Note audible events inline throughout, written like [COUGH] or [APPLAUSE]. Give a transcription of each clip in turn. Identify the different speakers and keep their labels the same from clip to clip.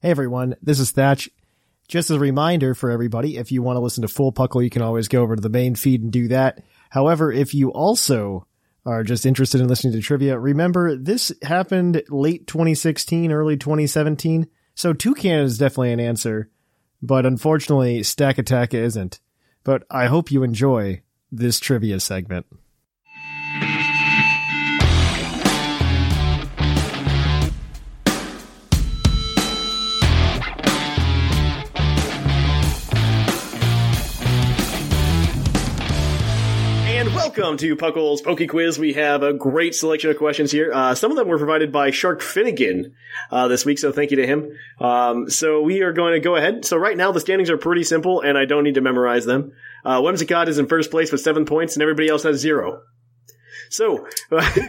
Speaker 1: Hey everyone, this is Thatch. Just as a reminder for everybody, if you want to listen to Full Puckle, you can always go over to the main feed and do that. However, if you also are just interested in listening to trivia, remember this happened late 2016, early 2017. So Toucan is definitely an answer, but unfortunately Stack Attack isn't. But I hope you enjoy this trivia segment.
Speaker 2: And welcome to Puckle's Poke Quiz. We have a great selection of questions here. Uh, some of them were provided by Shark Finnegan uh, this week, so thank you to him. Um, so we are going to go ahead. So right now the standings are pretty simple, and I don't need to memorize them. Uh, Whimsicott is in first place with seven points, and everybody else has zero. So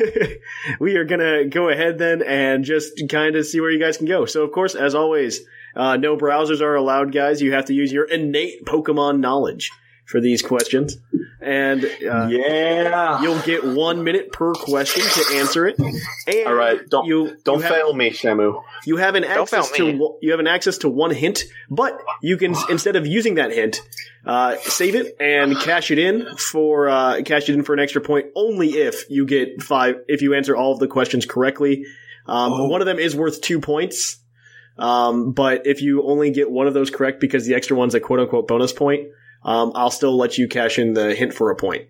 Speaker 2: [LAUGHS] we are going to go ahead then and just kind of see where you guys can go. So of course, as always, uh, no browsers are allowed, guys. You have to use your innate Pokemon knowledge for these questions, and uh,
Speaker 3: Yeah.
Speaker 2: You'll get one minute per question to answer it. And
Speaker 3: All right. Don't
Speaker 2: you
Speaker 3: don't
Speaker 2: you have-
Speaker 3: fail me, Shamu.
Speaker 2: You have an
Speaker 4: fail
Speaker 2: access to
Speaker 4: me.
Speaker 2: one- you have an access to one hint, but you can instead of using that hint, uh, save it and cash it in for uh, cash it in for an extra point only if you get five if you answer all of the questions correctly. Um,
Speaker 3: Oh.
Speaker 2: One of them is worth two points. Um, but if you only get one of those correct because the extra one's a quote unquote bonus point, um, I'll still let you cash in the hint for a point.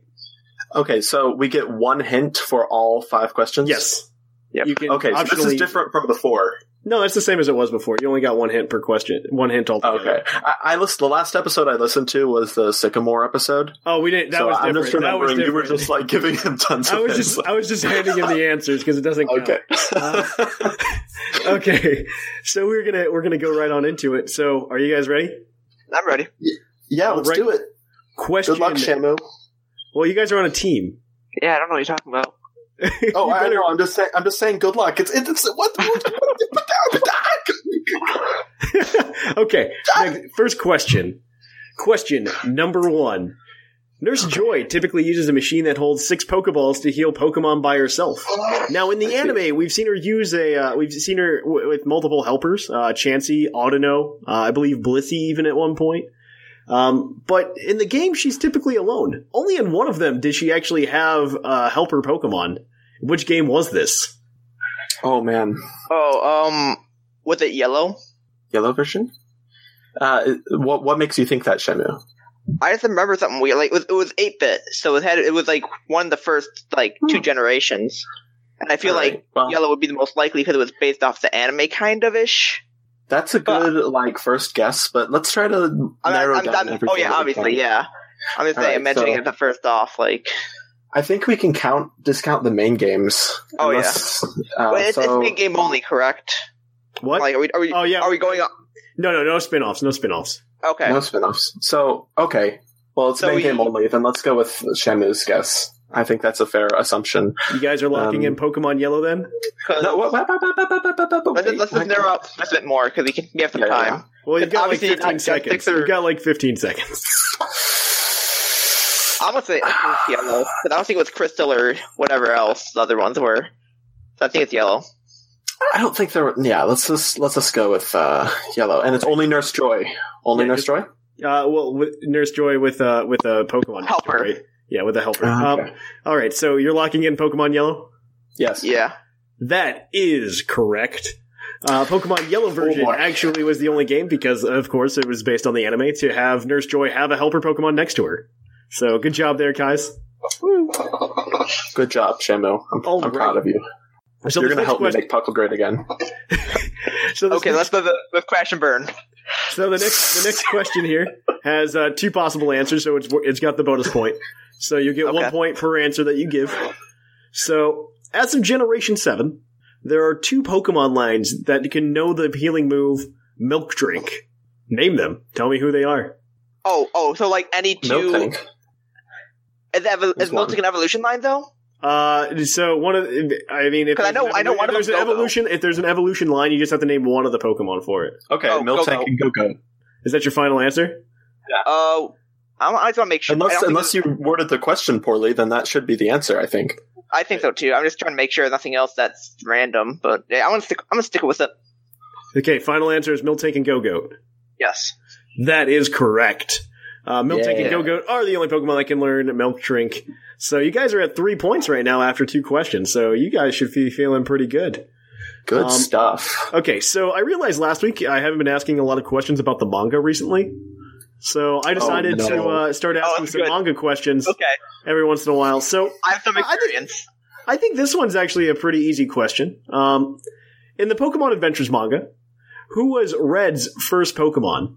Speaker 3: Okay, so we get one hint for all five questions.
Speaker 2: Yes.
Speaker 4: Yep.
Speaker 2: You can
Speaker 3: Okay, so this is
Speaker 2: optionally-
Speaker 3: different from the four.
Speaker 2: No, it's the same as it was before. You only got one hint per question, one hint altogether.
Speaker 3: Okay, I, I listened. The last episode I listened to was the Sycamore episode.
Speaker 2: Oh, we didn't. That
Speaker 3: so
Speaker 2: was
Speaker 3: I'm
Speaker 2: different.
Speaker 3: just
Speaker 2: that was
Speaker 3: remembering
Speaker 2: different.
Speaker 3: you were just like giving him tons
Speaker 2: I
Speaker 3: of
Speaker 2: was
Speaker 3: hints.
Speaker 2: just I was just handing him the answers because it doesn't count. Uh,
Speaker 3: okay.
Speaker 2: [LAUGHS] Okay. So we're gonna we're gonna go right on into it. So are you guys ready?
Speaker 4: I'm ready.
Speaker 3: yeah,
Speaker 2: all
Speaker 3: let's
Speaker 2: right.
Speaker 3: do it.
Speaker 2: Question.
Speaker 3: Good luck, Shamu.
Speaker 2: Well, you guys are on a team.
Speaker 4: Yeah, I don't know what you're talking about.
Speaker 3: [LAUGHS] Oh, I know. I'm just saying. I'm just saying. Good luck. It's it's, it's what. what- what-
Speaker 2: okay. Next- first question. Question number one. Nurse Joy typically uses a machine that holds six Pokeballs to heal Pokemon by herself. Now, in the anime, we've seen her use a, uh, we've seen her w- with multiple helpers, uh, Chansey, Audino, uh, I believe Blissey even at one point. Um, but in the game, she's typically alone. Only in one of them did she actually have uh, helper Pokemon. Which game was this?
Speaker 3: oh man,
Speaker 4: Oh, um, with it yellow?
Speaker 3: yellow version. Uh, what what makes you think that, Shamu?
Speaker 4: I just remember something weird. Like it was, it was eight bit, so it had it was like one of the first like two generations, and I feel
Speaker 3: All
Speaker 4: like
Speaker 3: right, well,
Speaker 4: yellow would be the most likely because it was based off the anime kind of ish.
Speaker 3: That's a good like first guess, but let's try to
Speaker 4: I mean,
Speaker 3: narrow
Speaker 4: I'm-
Speaker 3: down.
Speaker 4: I'm-
Speaker 3: everything
Speaker 4: oh yeah,
Speaker 3: that we
Speaker 4: obviously,
Speaker 3: can.
Speaker 4: yeah. I'm just
Speaker 3: All
Speaker 4: saying,
Speaker 3: right,
Speaker 4: I'm mentioning
Speaker 3: so-
Speaker 4: it the first off, like
Speaker 3: I think we can count discount the main games.
Speaker 4: Oh, yeah.
Speaker 3: yeah. Uh,
Speaker 4: Wait, it's,
Speaker 3: so,
Speaker 4: it's big game only, correct?
Speaker 2: What?
Speaker 4: Like, are we are we,
Speaker 2: oh yeah.
Speaker 4: are we going on?
Speaker 2: no, no, no spin-offs. No spin-offs.
Speaker 4: Okay,
Speaker 3: no spin-offs. So okay, well it's
Speaker 4: So
Speaker 3: main
Speaker 4: we-
Speaker 3: game only. Then let's go with Shamu's guess. I think that's a fair assumption.
Speaker 2: You guys are locking
Speaker 3: Um,
Speaker 2: in Pokemon Yellow then?
Speaker 4: 'cause-
Speaker 3: No, what, what, what, what, what, what, what, what,
Speaker 4: let's,
Speaker 3: wait,
Speaker 4: let's
Speaker 3: what-
Speaker 4: just narrow up just a bit more because we can we have some
Speaker 3: Yeah,
Speaker 4: time.
Speaker 2: Well, you've got like
Speaker 4: Obviously,
Speaker 2: 15
Speaker 4: not-
Speaker 2: seconds.
Speaker 4: six or-
Speaker 2: You've got like 15 seconds.
Speaker 4: I'm gonna say I think it's yellow, but I don't think it was crystal or whatever else the other ones were. So I think it's yellow.
Speaker 3: I don't think there. Were, yeah, let's just let's just go with uh, yellow, and it's only Nurse Joy. Only
Speaker 2: Yeah,
Speaker 3: Nurse
Speaker 2: just-
Speaker 3: Joy.
Speaker 2: Uh, well, with Nurse Joy with uh with a Pokemon
Speaker 4: Helper.
Speaker 2: right? Yeah, with a helper.
Speaker 3: Ah,
Speaker 2: um,
Speaker 3: okay.
Speaker 2: all right, so you're locking in Pokemon Yellow.
Speaker 3: Yes.
Speaker 4: Yeah.
Speaker 2: That is correct. Uh, Pokemon Yellow version
Speaker 3: boy.
Speaker 2: actually was the only game because, of course, it was based on the anime to have Nurse Joy have a helper Pokemon next to her. So good job there, guys.
Speaker 3: Good job, Shamu. I'm,
Speaker 2: All
Speaker 3: I'm proud
Speaker 2: right.
Speaker 3: of you.
Speaker 2: So this
Speaker 3: You're going to
Speaker 2: next
Speaker 3: help
Speaker 2: question-
Speaker 3: me make Puckle great again.
Speaker 2: So this
Speaker 4: Okay,
Speaker 2: next-
Speaker 4: let's move it with crash and burn.
Speaker 2: So the next the next question here has uh, two possible answers, so it's it's got the bonus point. So you get one
Speaker 4: Okay.
Speaker 2: point per answer that you give. So as of Generation Seven, there are two Pokemon lines that can know the healing move Milk Drink. Name them. Tell me who they are.
Speaker 4: Oh, oh, so like any
Speaker 3: No
Speaker 4: two
Speaker 3: thank.
Speaker 4: is, that,
Speaker 3: There's
Speaker 4: is
Speaker 3: one.
Speaker 4: Miltic an evolution line though?
Speaker 2: Uh, so one of the- I mean, if
Speaker 4: 'Cause I
Speaker 2: there's
Speaker 4: know-
Speaker 2: an
Speaker 4: I know
Speaker 2: evolu-
Speaker 4: one
Speaker 2: if
Speaker 4: of
Speaker 2: there's an
Speaker 4: them's Go-Go.
Speaker 2: evolution. If there's an evolution line, you just have to name one of the Pokemon for it.
Speaker 3: Okay,
Speaker 4: Go,
Speaker 3: Miltank
Speaker 4: go, go.
Speaker 3: and Go-Go.
Speaker 2: Is that your final answer?
Speaker 4: Uh, I, I just want to make sure. I, don't
Speaker 3: Unless,
Speaker 4: think
Speaker 3: unless you worded the question poorly, then that should be the answer, I think.
Speaker 4: I think so too. I'm just trying to make sure nothing else that's random. But yeah, I want to stick. I'm gonna stick with it.
Speaker 2: Okay, final answer is Miltank and Go-Goat.
Speaker 4: Yes.
Speaker 2: That is correct. Uh, Miltank and
Speaker 3: Yeah.
Speaker 2: Go-Goat are the only Pokemon that can learn Milk Drink. So you guys are at three points right now after two questions. So you guys should be feeling pretty good.
Speaker 3: Good
Speaker 2: Um,
Speaker 3: stuff.
Speaker 2: Okay, so I realized last week I haven't been asking a lot of questions about the manga recently. So I decided
Speaker 3: Oh, no.
Speaker 2: to uh, start asking
Speaker 4: that's
Speaker 2: some
Speaker 4: Oh, good.
Speaker 2: manga questions
Speaker 4: Okay.
Speaker 2: every once in a while. So
Speaker 4: I have some
Speaker 2: I think-
Speaker 4: experience.
Speaker 2: I think this one's actually a pretty easy question. Um, in the Pokemon Adventures manga, who was Red's first Pokemon?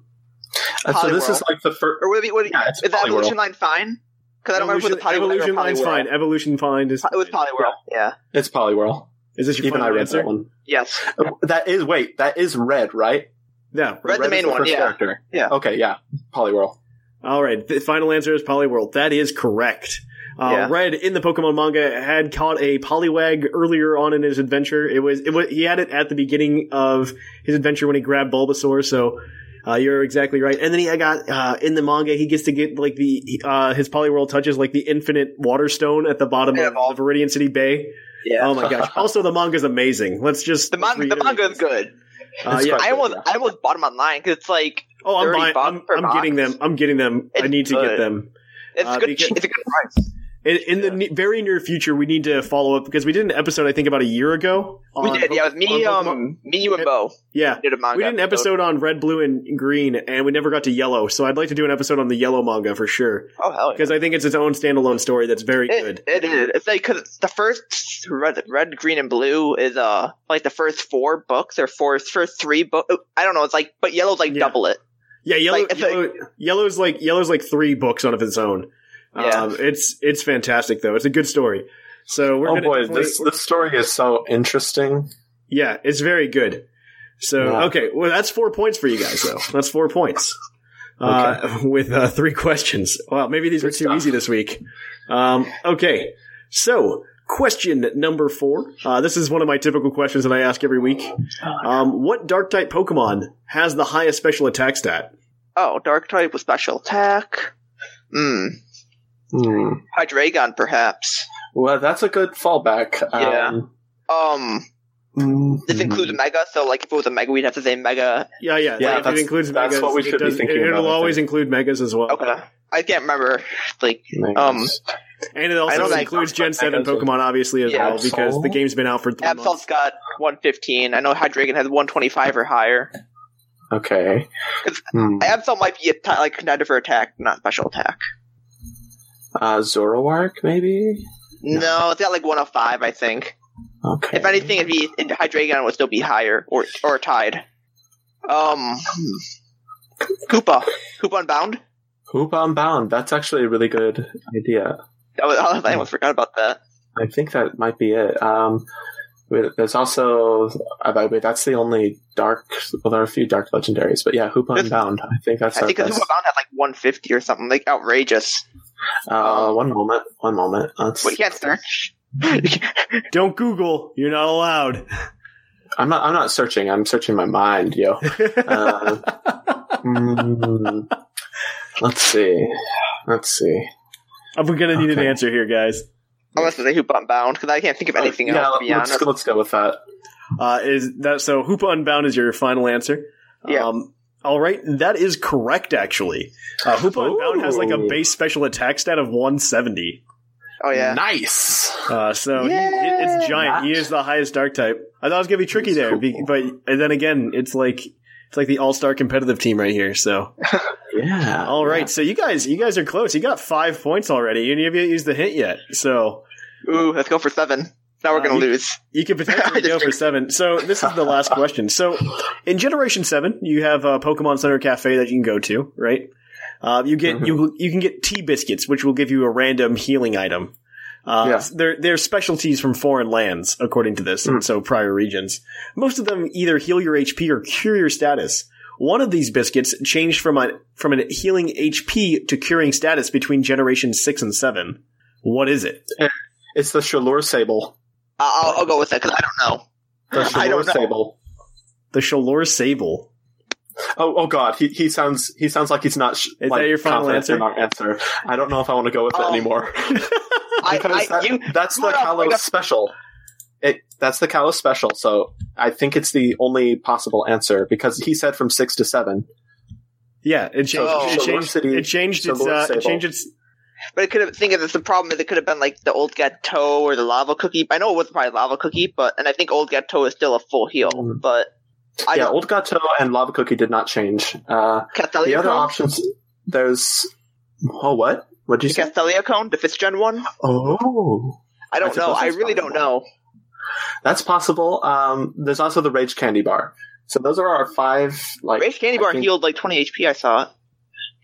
Speaker 3: Uh, so this is
Speaker 4: Poliwhirl.
Speaker 3: like the first.
Speaker 4: or would it be? Would it,
Speaker 3: Yeah, it's
Speaker 4: is the evolution
Speaker 3: Poliwhirl.
Speaker 4: line fine? Because I don't remember if it was Poliwhirl
Speaker 2: evolution
Speaker 4: or
Speaker 2: line's
Speaker 4: Poliwhirl.
Speaker 2: fine. Evolution fine is
Speaker 4: It was Poliwhirl. Yeah.
Speaker 3: It's Poliwhirl.
Speaker 2: Is this your
Speaker 3: Even I
Speaker 2: final
Speaker 3: read
Speaker 2: answer?
Speaker 3: that one.
Speaker 4: Yes.
Speaker 3: Uh, That is wait. That is red, right?
Speaker 2: Yeah.
Speaker 4: Red, the
Speaker 3: is
Speaker 4: main one.
Speaker 3: first
Speaker 4: Yeah.
Speaker 3: Character.
Speaker 4: Yeah.
Speaker 3: Okay. Yeah. Poliwhirl.
Speaker 2: All right. The final answer is Poliwhirl. That is correct. Uh,
Speaker 4: Yeah.
Speaker 2: Red in the Pokemon manga had caught a Poliwag earlier on in his adventure. It was it was he had it at the beginning of his adventure when he grabbed Bulbasaur. So. Uh, you're exactly right, and then he I got uh, in the manga. He gets to get like the uh, his Poliwhirl touches like the infinite water stone at the bottom
Speaker 4: Yeah,
Speaker 2: of the Viridian City Bay.
Speaker 4: Yeah.
Speaker 2: Oh my gosh! Also, the manga's amazing. Let's just
Speaker 4: the manga. The
Speaker 2: reiterate
Speaker 4: manga is
Speaker 2: this.
Speaker 4: good.
Speaker 2: Uh,
Speaker 3: It's
Speaker 2: yeah.
Speaker 3: quite-
Speaker 4: I almost. I almost bought them online because it's like
Speaker 2: Oh, I'm
Speaker 4: 30
Speaker 2: buying.
Speaker 4: bucks
Speaker 2: I'm,
Speaker 4: per
Speaker 2: I'm getting
Speaker 4: box.
Speaker 2: them. I'm getting them. I
Speaker 4: It's
Speaker 2: need to get
Speaker 4: good.
Speaker 2: them.
Speaker 4: it's
Speaker 2: Uh,
Speaker 4: good.
Speaker 2: because-
Speaker 4: It's a good price.
Speaker 2: In, in the ne- very near future, we need to follow up because we did an episode, I think, about a year ago.
Speaker 4: We
Speaker 2: on
Speaker 4: did. Yeah. It was
Speaker 2: Pokemon-
Speaker 4: me.
Speaker 2: on Pokemon-
Speaker 4: Um. Me, you, and Bo
Speaker 2: yeah.
Speaker 4: did a manga.
Speaker 2: We did an episode on red, blue, and green, and we never got to yellow. So I'd like to do an episode on the yellow manga for sure
Speaker 4: Oh hell yeah.
Speaker 2: because I think it's its own standalone story that's very
Speaker 4: It,
Speaker 2: good.
Speaker 4: it is. It's like because the first red, red, green, and blue is uh like the first four books or four first three books. I don't know. It's like but yellow's like
Speaker 2: Yeah.
Speaker 4: double it.
Speaker 2: Yeah, yellow,
Speaker 4: like, it's like-
Speaker 2: yellow, yellow's like yellow's like three books on of its own.
Speaker 4: Yeah.
Speaker 2: Um, it's it's fantastic though. It's a good story. So we're
Speaker 3: oh
Speaker 2: gonna
Speaker 3: boy,
Speaker 2: definitely-
Speaker 3: this this story is so interesting.
Speaker 2: yeah, it's very good. So
Speaker 3: Yeah.
Speaker 2: okay, well that's four points for you guys though. That's four points. Uh, with uh, three questions. Well, maybe these were too
Speaker 3: stuff.
Speaker 2: easy this week. Um, okay, so question number four. Uh, this is one of my typical questions that I ask every week. Um, what dark type Pokemon has the highest special attack stat?
Speaker 4: Oh, dark type with special attack. Hmm.
Speaker 3: Hmm.
Speaker 4: Hydreigon, perhaps.
Speaker 3: Well, that's a good fallback.
Speaker 4: Yeah.
Speaker 3: Um,
Speaker 4: Um, this
Speaker 3: mhm.
Speaker 4: includes Mega, so like if it was a Mega, we'd have to say Mega.
Speaker 2: mm, Yeah, yeah,
Speaker 3: Yeah,
Speaker 2: like,
Speaker 3: that's-
Speaker 2: it includes
Speaker 3: that's
Speaker 2: megas.
Speaker 3: what we
Speaker 2: It
Speaker 3: should be
Speaker 2: does-
Speaker 3: thinking
Speaker 2: It,
Speaker 3: about,
Speaker 2: will
Speaker 3: I
Speaker 2: always include megas as well.
Speaker 4: Okay, I can't remember. Like, Um,
Speaker 2: And it
Speaker 4: I
Speaker 2: also
Speaker 4: don't like-
Speaker 2: includes Gen 7
Speaker 3: Megas are-
Speaker 2: Pokemon, obviously, as
Speaker 4: Yeah,
Speaker 2: well, because
Speaker 3: Absol.
Speaker 2: the game's been out for three months.
Speaker 4: Absol's got 115. I know Hydreigon has 125 or higher.
Speaker 3: Okay. Hmm.
Speaker 4: Absol might be a t- like contender for attack, not special attack.
Speaker 3: Uh, Zoroark, maybe.
Speaker 4: No, it's got like 105, I think.
Speaker 3: Okay.
Speaker 4: If anything, it'd be it'd- Hydreigon would still be higher or or tied. Um,
Speaker 3: Hmm.
Speaker 4: Koopa, Koopa Unbound.
Speaker 3: Hoop on bound. That's actually a really good idea.
Speaker 4: That was, [LAUGHS] I almost forgot about that.
Speaker 3: I think that might be it. Um, wait, there's also. uh, by the way, that's the only dark. Well, there are a few dark legendaries, but yeah, Hoop on
Speaker 4: This-
Speaker 3: bound. I think that's
Speaker 4: I
Speaker 3: our
Speaker 4: think Koopa
Speaker 3: best.
Speaker 4: Unbound had like 150 or something, like outrageous.
Speaker 3: Uh, one moment. One moment. Let's,
Speaker 4: Wait, you can't search.
Speaker 2: Don't Google. You're not allowed.
Speaker 3: I'm not. I'm not searching. I'm searching my mind,
Speaker 2: [LAUGHS]
Speaker 3: yo. Uh, mm, let's see. Let's see.
Speaker 2: I'm gonna need an
Speaker 3: Okay. Uh,
Speaker 2: answer here, guys.
Speaker 4: Unless it's a hoop unbound, because I can't think of anything
Speaker 3: yeah,
Speaker 4: else to be
Speaker 3: let's,
Speaker 4: honest.
Speaker 3: let's go with that.
Speaker 2: Uh, is that so? Hoop Unbound is your final answer.
Speaker 4: Yeah.
Speaker 2: Um, all right, that is correct. Actually, uh, Hoop Unbound has like a
Speaker 3: Ooh.
Speaker 2: base special attack stat of 170.
Speaker 4: Oh yeah.
Speaker 3: Nice.
Speaker 2: Uh, so he- it- it's giant. He is the highest dark type. I thought it was gonna be tricky
Speaker 3: That's
Speaker 2: there, be,
Speaker 3: cool.
Speaker 2: but and then again, it's like it's like the all star competitive team right here.
Speaker 4: [LAUGHS]
Speaker 2: So
Speaker 3: Yeah.
Speaker 2: all right, so you guys, you guys are close. You got five points already. You haven't even used the hint yet. So
Speaker 4: Ooh, let's go for seven. Now we're
Speaker 2: Uh,
Speaker 4: gonna
Speaker 2: you-
Speaker 4: lose.
Speaker 2: You
Speaker 4: [LAUGHS]
Speaker 2: could potentially
Speaker 4: I just
Speaker 2: go for
Speaker 4: jinxed
Speaker 2: seven. So this is the
Speaker 4: [LAUGHS]
Speaker 2: last question. So in Generation Seven, you have a Pokemon Center Cafe that you can go to, right? Uh, you get
Speaker 4: Mm-hmm.
Speaker 2: you you can get tea biscuits, which will give you a random healing item. Uh,
Speaker 3: Yeah.
Speaker 2: They're they're specialties from foreign lands, according to this,
Speaker 4: Mm.
Speaker 2: and so prior regions. Most of them either heal your HP or cure your status. One of these biscuits changed from a from a healing HP to curing status between Generation Six and Seven. What is it?
Speaker 4: Eh,
Speaker 3: It's the Shalor Sable.
Speaker 4: I- I'll, I'll go with it because I don't know.
Speaker 3: The
Speaker 4: [LAUGHS] I
Speaker 3: Shalor
Speaker 4: don't know.
Speaker 3: Sable.
Speaker 2: The Shalor Sable.
Speaker 3: Oh, oh God! He, he sounds he sounds like he's not. Sh-
Speaker 2: that
Speaker 3: like,
Speaker 2: your final
Speaker 3: confident in our answer. I don't know if I want to go with it
Speaker 2: [LAUGHS]
Speaker 4: Oh.
Speaker 3: anymore.
Speaker 4: I,
Speaker 3: Because
Speaker 4: I,
Speaker 3: that-
Speaker 4: you,
Speaker 3: that's the
Speaker 4: Hold up,
Speaker 3: Kalos
Speaker 4: wait up.
Speaker 3: special. It that's the Kalos special. So I think it's the only possible answer because he said from six to seven.
Speaker 2: Yeah, it changed.
Speaker 4: Oh.
Speaker 2: it,
Speaker 3: So Lord
Speaker 2: changed
Speaker 3: City-
Speaker 2: it changed
Speaker 3: so
Speaker 2: its.
Speaker 3: Lord
Speaker 2: Uh, it
Speaker 3: Sable.
Speaker 2: changed its.
Speaker 4: but it could have. Think of this. The problem is it could have been like the old gateau or the lava cookie. I know it was probably lava cookie, but and I think old gateau is still a full heal.
Speaker 3: Mm.
Speaker 4: But I
Speaker 3: yeah,
Speaker 4: don't.
Speaker 3: old gato and lava cookie did not change. Uh, the
Speaker 4: Castelia
Speaker 3: other
Speaker 4: cone.
Speaker 3: options there's oh what what'd you
Speaker 4: The
Speaker 3: say?
Speaker 4: Castelia cone, the fifth gen one.
Speaker 3: Oh,
Speaker 4: I don't
Speaker 3: I
Speaker 4: know.
Speaker 3: suppose
Speaker 4: I
Speaker 3: that's
Speaker 4: really don't
Speaker 3: possible.
Speaker 4: know.
Speaker 3: that's possible. Um, there's also the rage candy bar. So those are our five like
Speaker 4: Rage Candy
Speaker 3: I
Speaker 4: Bar
Speaker 3: think-
Speaker 4: healed like 20 HP. I saw it.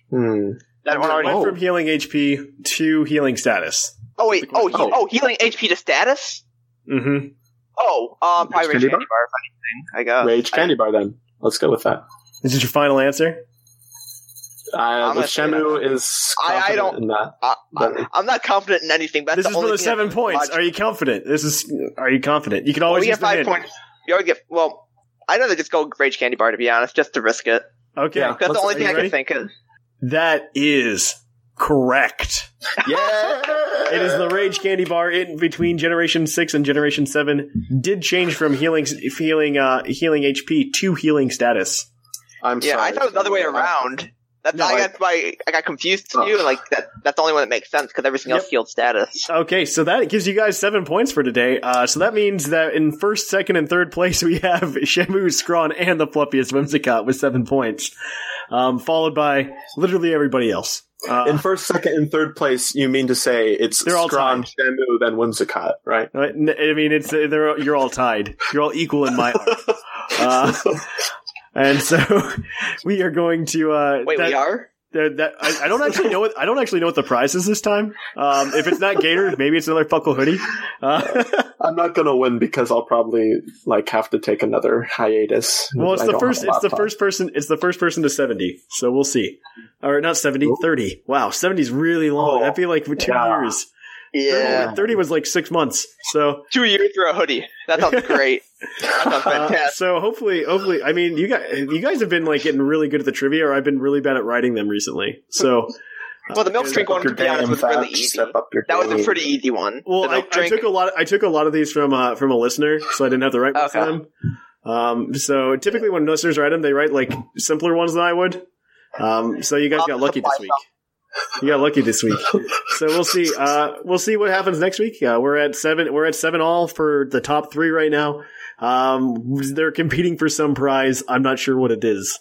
Speaker 3: Hmm.
Speaker 4: That one
Speaker 2: it
Speaker 4: already.
Speaker 2: went
Speaker 3: Oh.
Speaker 2: from healing HP to healing status.
Speaker 4: Oh wait. Oh, he,
Speaker 3: Oh.
Speaker 4: oh, healing HP to status.
Speaker 2: Mm-hmm.
Speaker 4: Oh, um, probably
Speaker 3: Rage
Speaker 4: Rage
Speaker 3: Candy
Speaker 4: Candy Bar. if anything, I guess.
Speaker 3: rage candy bar then. Let's go with that.
Speaker 2: Is this your final answer?
Speaker 3: Uh,
Speaker 4: I'm
Speaker 3: the
Speaker 4: gonna say
Speaker 3: Shamu is
Speaker 4: I- I
Speaker 3: confident
Speaker 4: don't-
Speaker 3: in that.
Speaker 4: I,
Speaker 3: But-
Speaker 4: am not confident in anything. That's
Speaker 2: this
Speaker 4: the
Speaker 2: is
Speaker 4: only
Speaker 2: for the
Speaker 4: thing
Speaker 2: seven
Speaker 4: that's
Speaker 3: [LAUGHS]
Speaker 2: points.
Speaker 4: logical.
Speaker 2: Are you confident? This is. Are you confident? You can always
Speaker 4: we
Speaker 2: use
Speaker 4: get
Speaker 2: the
Speaker 4: five
Speaker 2: hint.
Speaker 4: points. You already get. Well, I'd rather just go with Rage Candy Bar to be honest, just to risk it.
Speaker 2: Okay,
Speaker 3: Yeah.
Speaker 4: That's the
Speaker 3: Let's-
Speaker 4: only
Speaker 3: are
Speaker 4: thing
Speaker 2: you
Speaker 4: I
Speaker 2: ready?
Speaker 4: can think of.
Speaker 2: that is
Speaker 4: [LAUGHS]
Speaker 2: correct.
Speaker 3: yeah,
Speaker 2: It is the Rage Candy Bar in between Generation Six and Generation Seven did change from healing healing uh, healing HP to healing status.
Speaker 3: I'm
Speaker 4: yeah,
Speaker 3: sorry.
Speaker 4: I thought it was the other way around. That's
Speaker 3: No,
Speaker 4: I,
Speaker 3: I-
Speaker 4: got my I got confused
Speaker 3: Oh.
Speaker 4: too. Like that. That's the only one that makes sense because everything else healed status.
Speaker 2: Okay, so that gives you guys seven points for today. Uh, so that means that in first, second, and third place, we have [LAUGHS] Shamu, Scrawn, and the fluffiest Whimsicott with seven points, um, followed by literally everybody else. Uh,
Speaker 3: In first, second, and third place, you mean to say it's
Speaker 2: They're all
Speaker 3: Scron,
Speaker 2: tied.
Speaker 3: Shamu, then Whimsicott, right?
Speaker 2: I I mean, it's they're, you're all tied. You're all equal
Speaker 3: [LAUGHS]
Speaker 2: in my heart. Uh, and so [LAUGHS] we are going to uh,
Speaker 4: Wait,
Speaker 2: that-
Speaker 4: we are.
Speaker 2: that- that- I, I don't actually know. What, I don't actually know what the prize is this time. Um, if it's not
Speaker 4: [LAUGHS]
Speaker 2: Gator, maybe it's another Fuckle hoodie. Uh,
Speaker 3: [LAUGHS] I'm not gonna win because I'll probably like have to take another hiatus.
Speaker 2: Well, it's
Speaker 3: I
Speaker 2: the
Speaker 3: don't have
Speaker 2: first.
Speaker 3: a
Speaker 2: It's the
Speaker 3: laptop.
Speaker 2: first person. It's the first person to seventy. So we'll see. Or not 70,
Speaker 3: Ooh.
Speaker 2: 30. Wow, 70 is really long.
Speaker 3: Oh,
Speaker 2: I feel like for two
Speaker 3: yeah.
Speaker 2: years. 30,
Speaker 4: Yeah,
Speaker 2: thirty was like six months. So,
Speaker 4: two years for a hoodie.
Speaker 2: [LAUGHS]
Speaker 4: That sounds great. that sounds
Speaker 2: uh,
Speaker 4: fantastic.
Speaker 2: so hopefully, hopefully, I mean, you guys, you guys have been like getting really good at the trivia, or I've been really bad at writing them recently. So, uh,
Speaker 4: well, the milk drink one,
Speaker 3: Your
Speaker 4: to be honest,
Speaker 3: game,
Speaker 4: was really
Speaker 3: Zach,
Speaker 4: easy.
Speaker 3: Step up your
Speaker 4: That was a
Speaker 3: game.
Speaker 4: pretty easy one.
Speaker 2: well,
Speaker 4: The
Speaker 2: I,
Speaker 4: milk
Speaker 2: I
Speaker 4: drink.
Speaker 2: took a lot. I took a lot of these from uh, from a listener, so I didn't have to write one for
Speaker 4: Okay.
Speaker 2: them. Um, so typically, when listeners write them, they write like simpler ones than I would. Um, so you guys
Speaker 4: I'll
Speaker 2: got lucky
Speaker 4: supply
Speaker 2: this week. You got lucky this
Speaker 4: [LAUGHS]
Speaker 2: week. So we'll see. Uh, we'll see what happens next week. Uh, we're at seven. We're at seven all for the top three right now. Um, they're competing for some prize. I'm not sure what it is.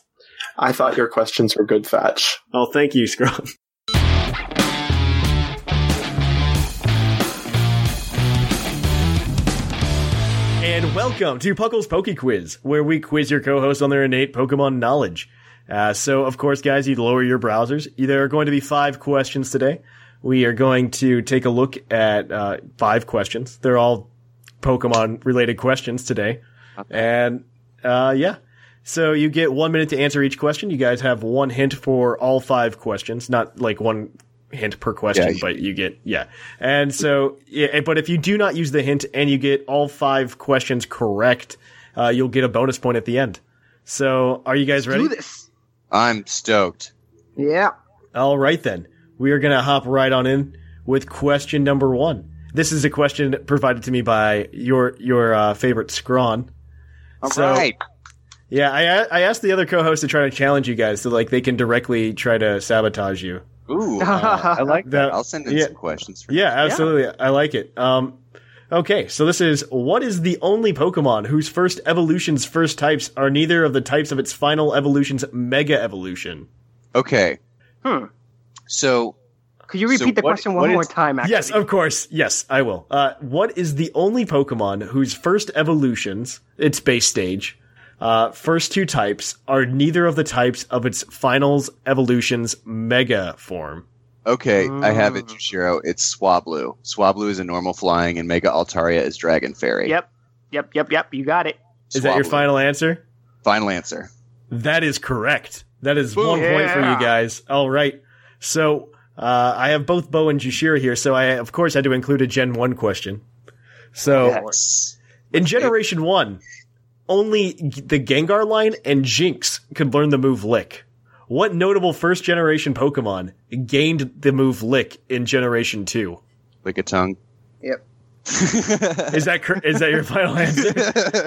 Speaker 3: I thought your questions were good, Thatch.
Speaker 2: Oh, thank you, Scrum. And welcome to Puckle's Poke Quiz, where we quiz your co-host on their innate Pokemon knowledge. Uh, so, of course, guys, you lower your browsers. There are going to be five questions today. We are going to take a look at uh, five questions. They're all Pokemon-related questions today, and uh, yeah, so you get one minute to answer each question. You guys have one hint for all five questions, not like one hint per question, but you get yeah. And so, yeah, but if you do not use the hint and you get all five questions correct, uh, you'll get a bonus point at the end. So, are you guys ready?
Speaker 5: this. I'm stoked.
Speaker 6: Yeah.
Speaker 2: All right, then we are gonna hop right on in with question number one. This is a question provided to me by your your uh, favorite Scrawn.
Speaker 4: All right.
Speaker 2: So- Yeah, I a- I asked the other co-host to try to challenge you guys so like they can directly try to sabotage you.
Speaker 6: [LAUGHS]
Speaker 5: Ooh, uh, I like that.
Speaker 2: That-
Speaker 5: I'll send in
Speaker 2: yeah.
Speaker 5: some questions. For
Speaker 2: Yeah, absolutely. I like it. Um, okay, so this is what is the only Pokemon whose first evolution's first types are neither of the types of its final evolution's mega evolution?
Speaker 5: Okay.
Speaker 6: Hmm.
Speaker 5: So
Speaker 6: Could you repeat
Speaker 5: So
Speaker 6: the
Speaker 5: what-
Speaker 6: question one
Speaker 5: what
Speaker 6: more
Speaker 5: is-
Speaker 6: time? Actually?
Speaker 2: Yes, of course. Yes, I will. Uh, what is the only Pokemon whose first evolutions, its base stage, uh, first two types are neither of the types of its finals evolution's mega form?
Speaker 5: okay, I have
Speaker 6: Hmm.
Speaker 5: it, Jushiro. It's Swablu. Swablu is a normal flying, and Mega Altaria is Dragon Fairy.
Speaker 6: Yep. Yep. Yep. Yep. You got it.
Speaker 2: Is that your
Speaker 5: Swablu.
Speaker 2: final answer?
Speaker 5: final answer? [LAUGHS]
Speaker 2: That is correct. That is
Speaker 5: Boom.
Speaker 2: one point for
Speaker 6: Yeah.
Speaker 2: you guys. All right. So uh, I have both Bo and Jushira here, so I of course had to include a Gen One question. So
Speaker 5: Yes.
Speaker 2: in Generation One, only G- the Gengar line and Jinx could learn the move Lick. What notable first generation Pokemon gained the move Lick in Generation Two?
Speaker 5: Lick a tongue.
Speaker 2: Is that cor- is that
Speaker 5: [LAUGHS]
Speaker 2: your final answer?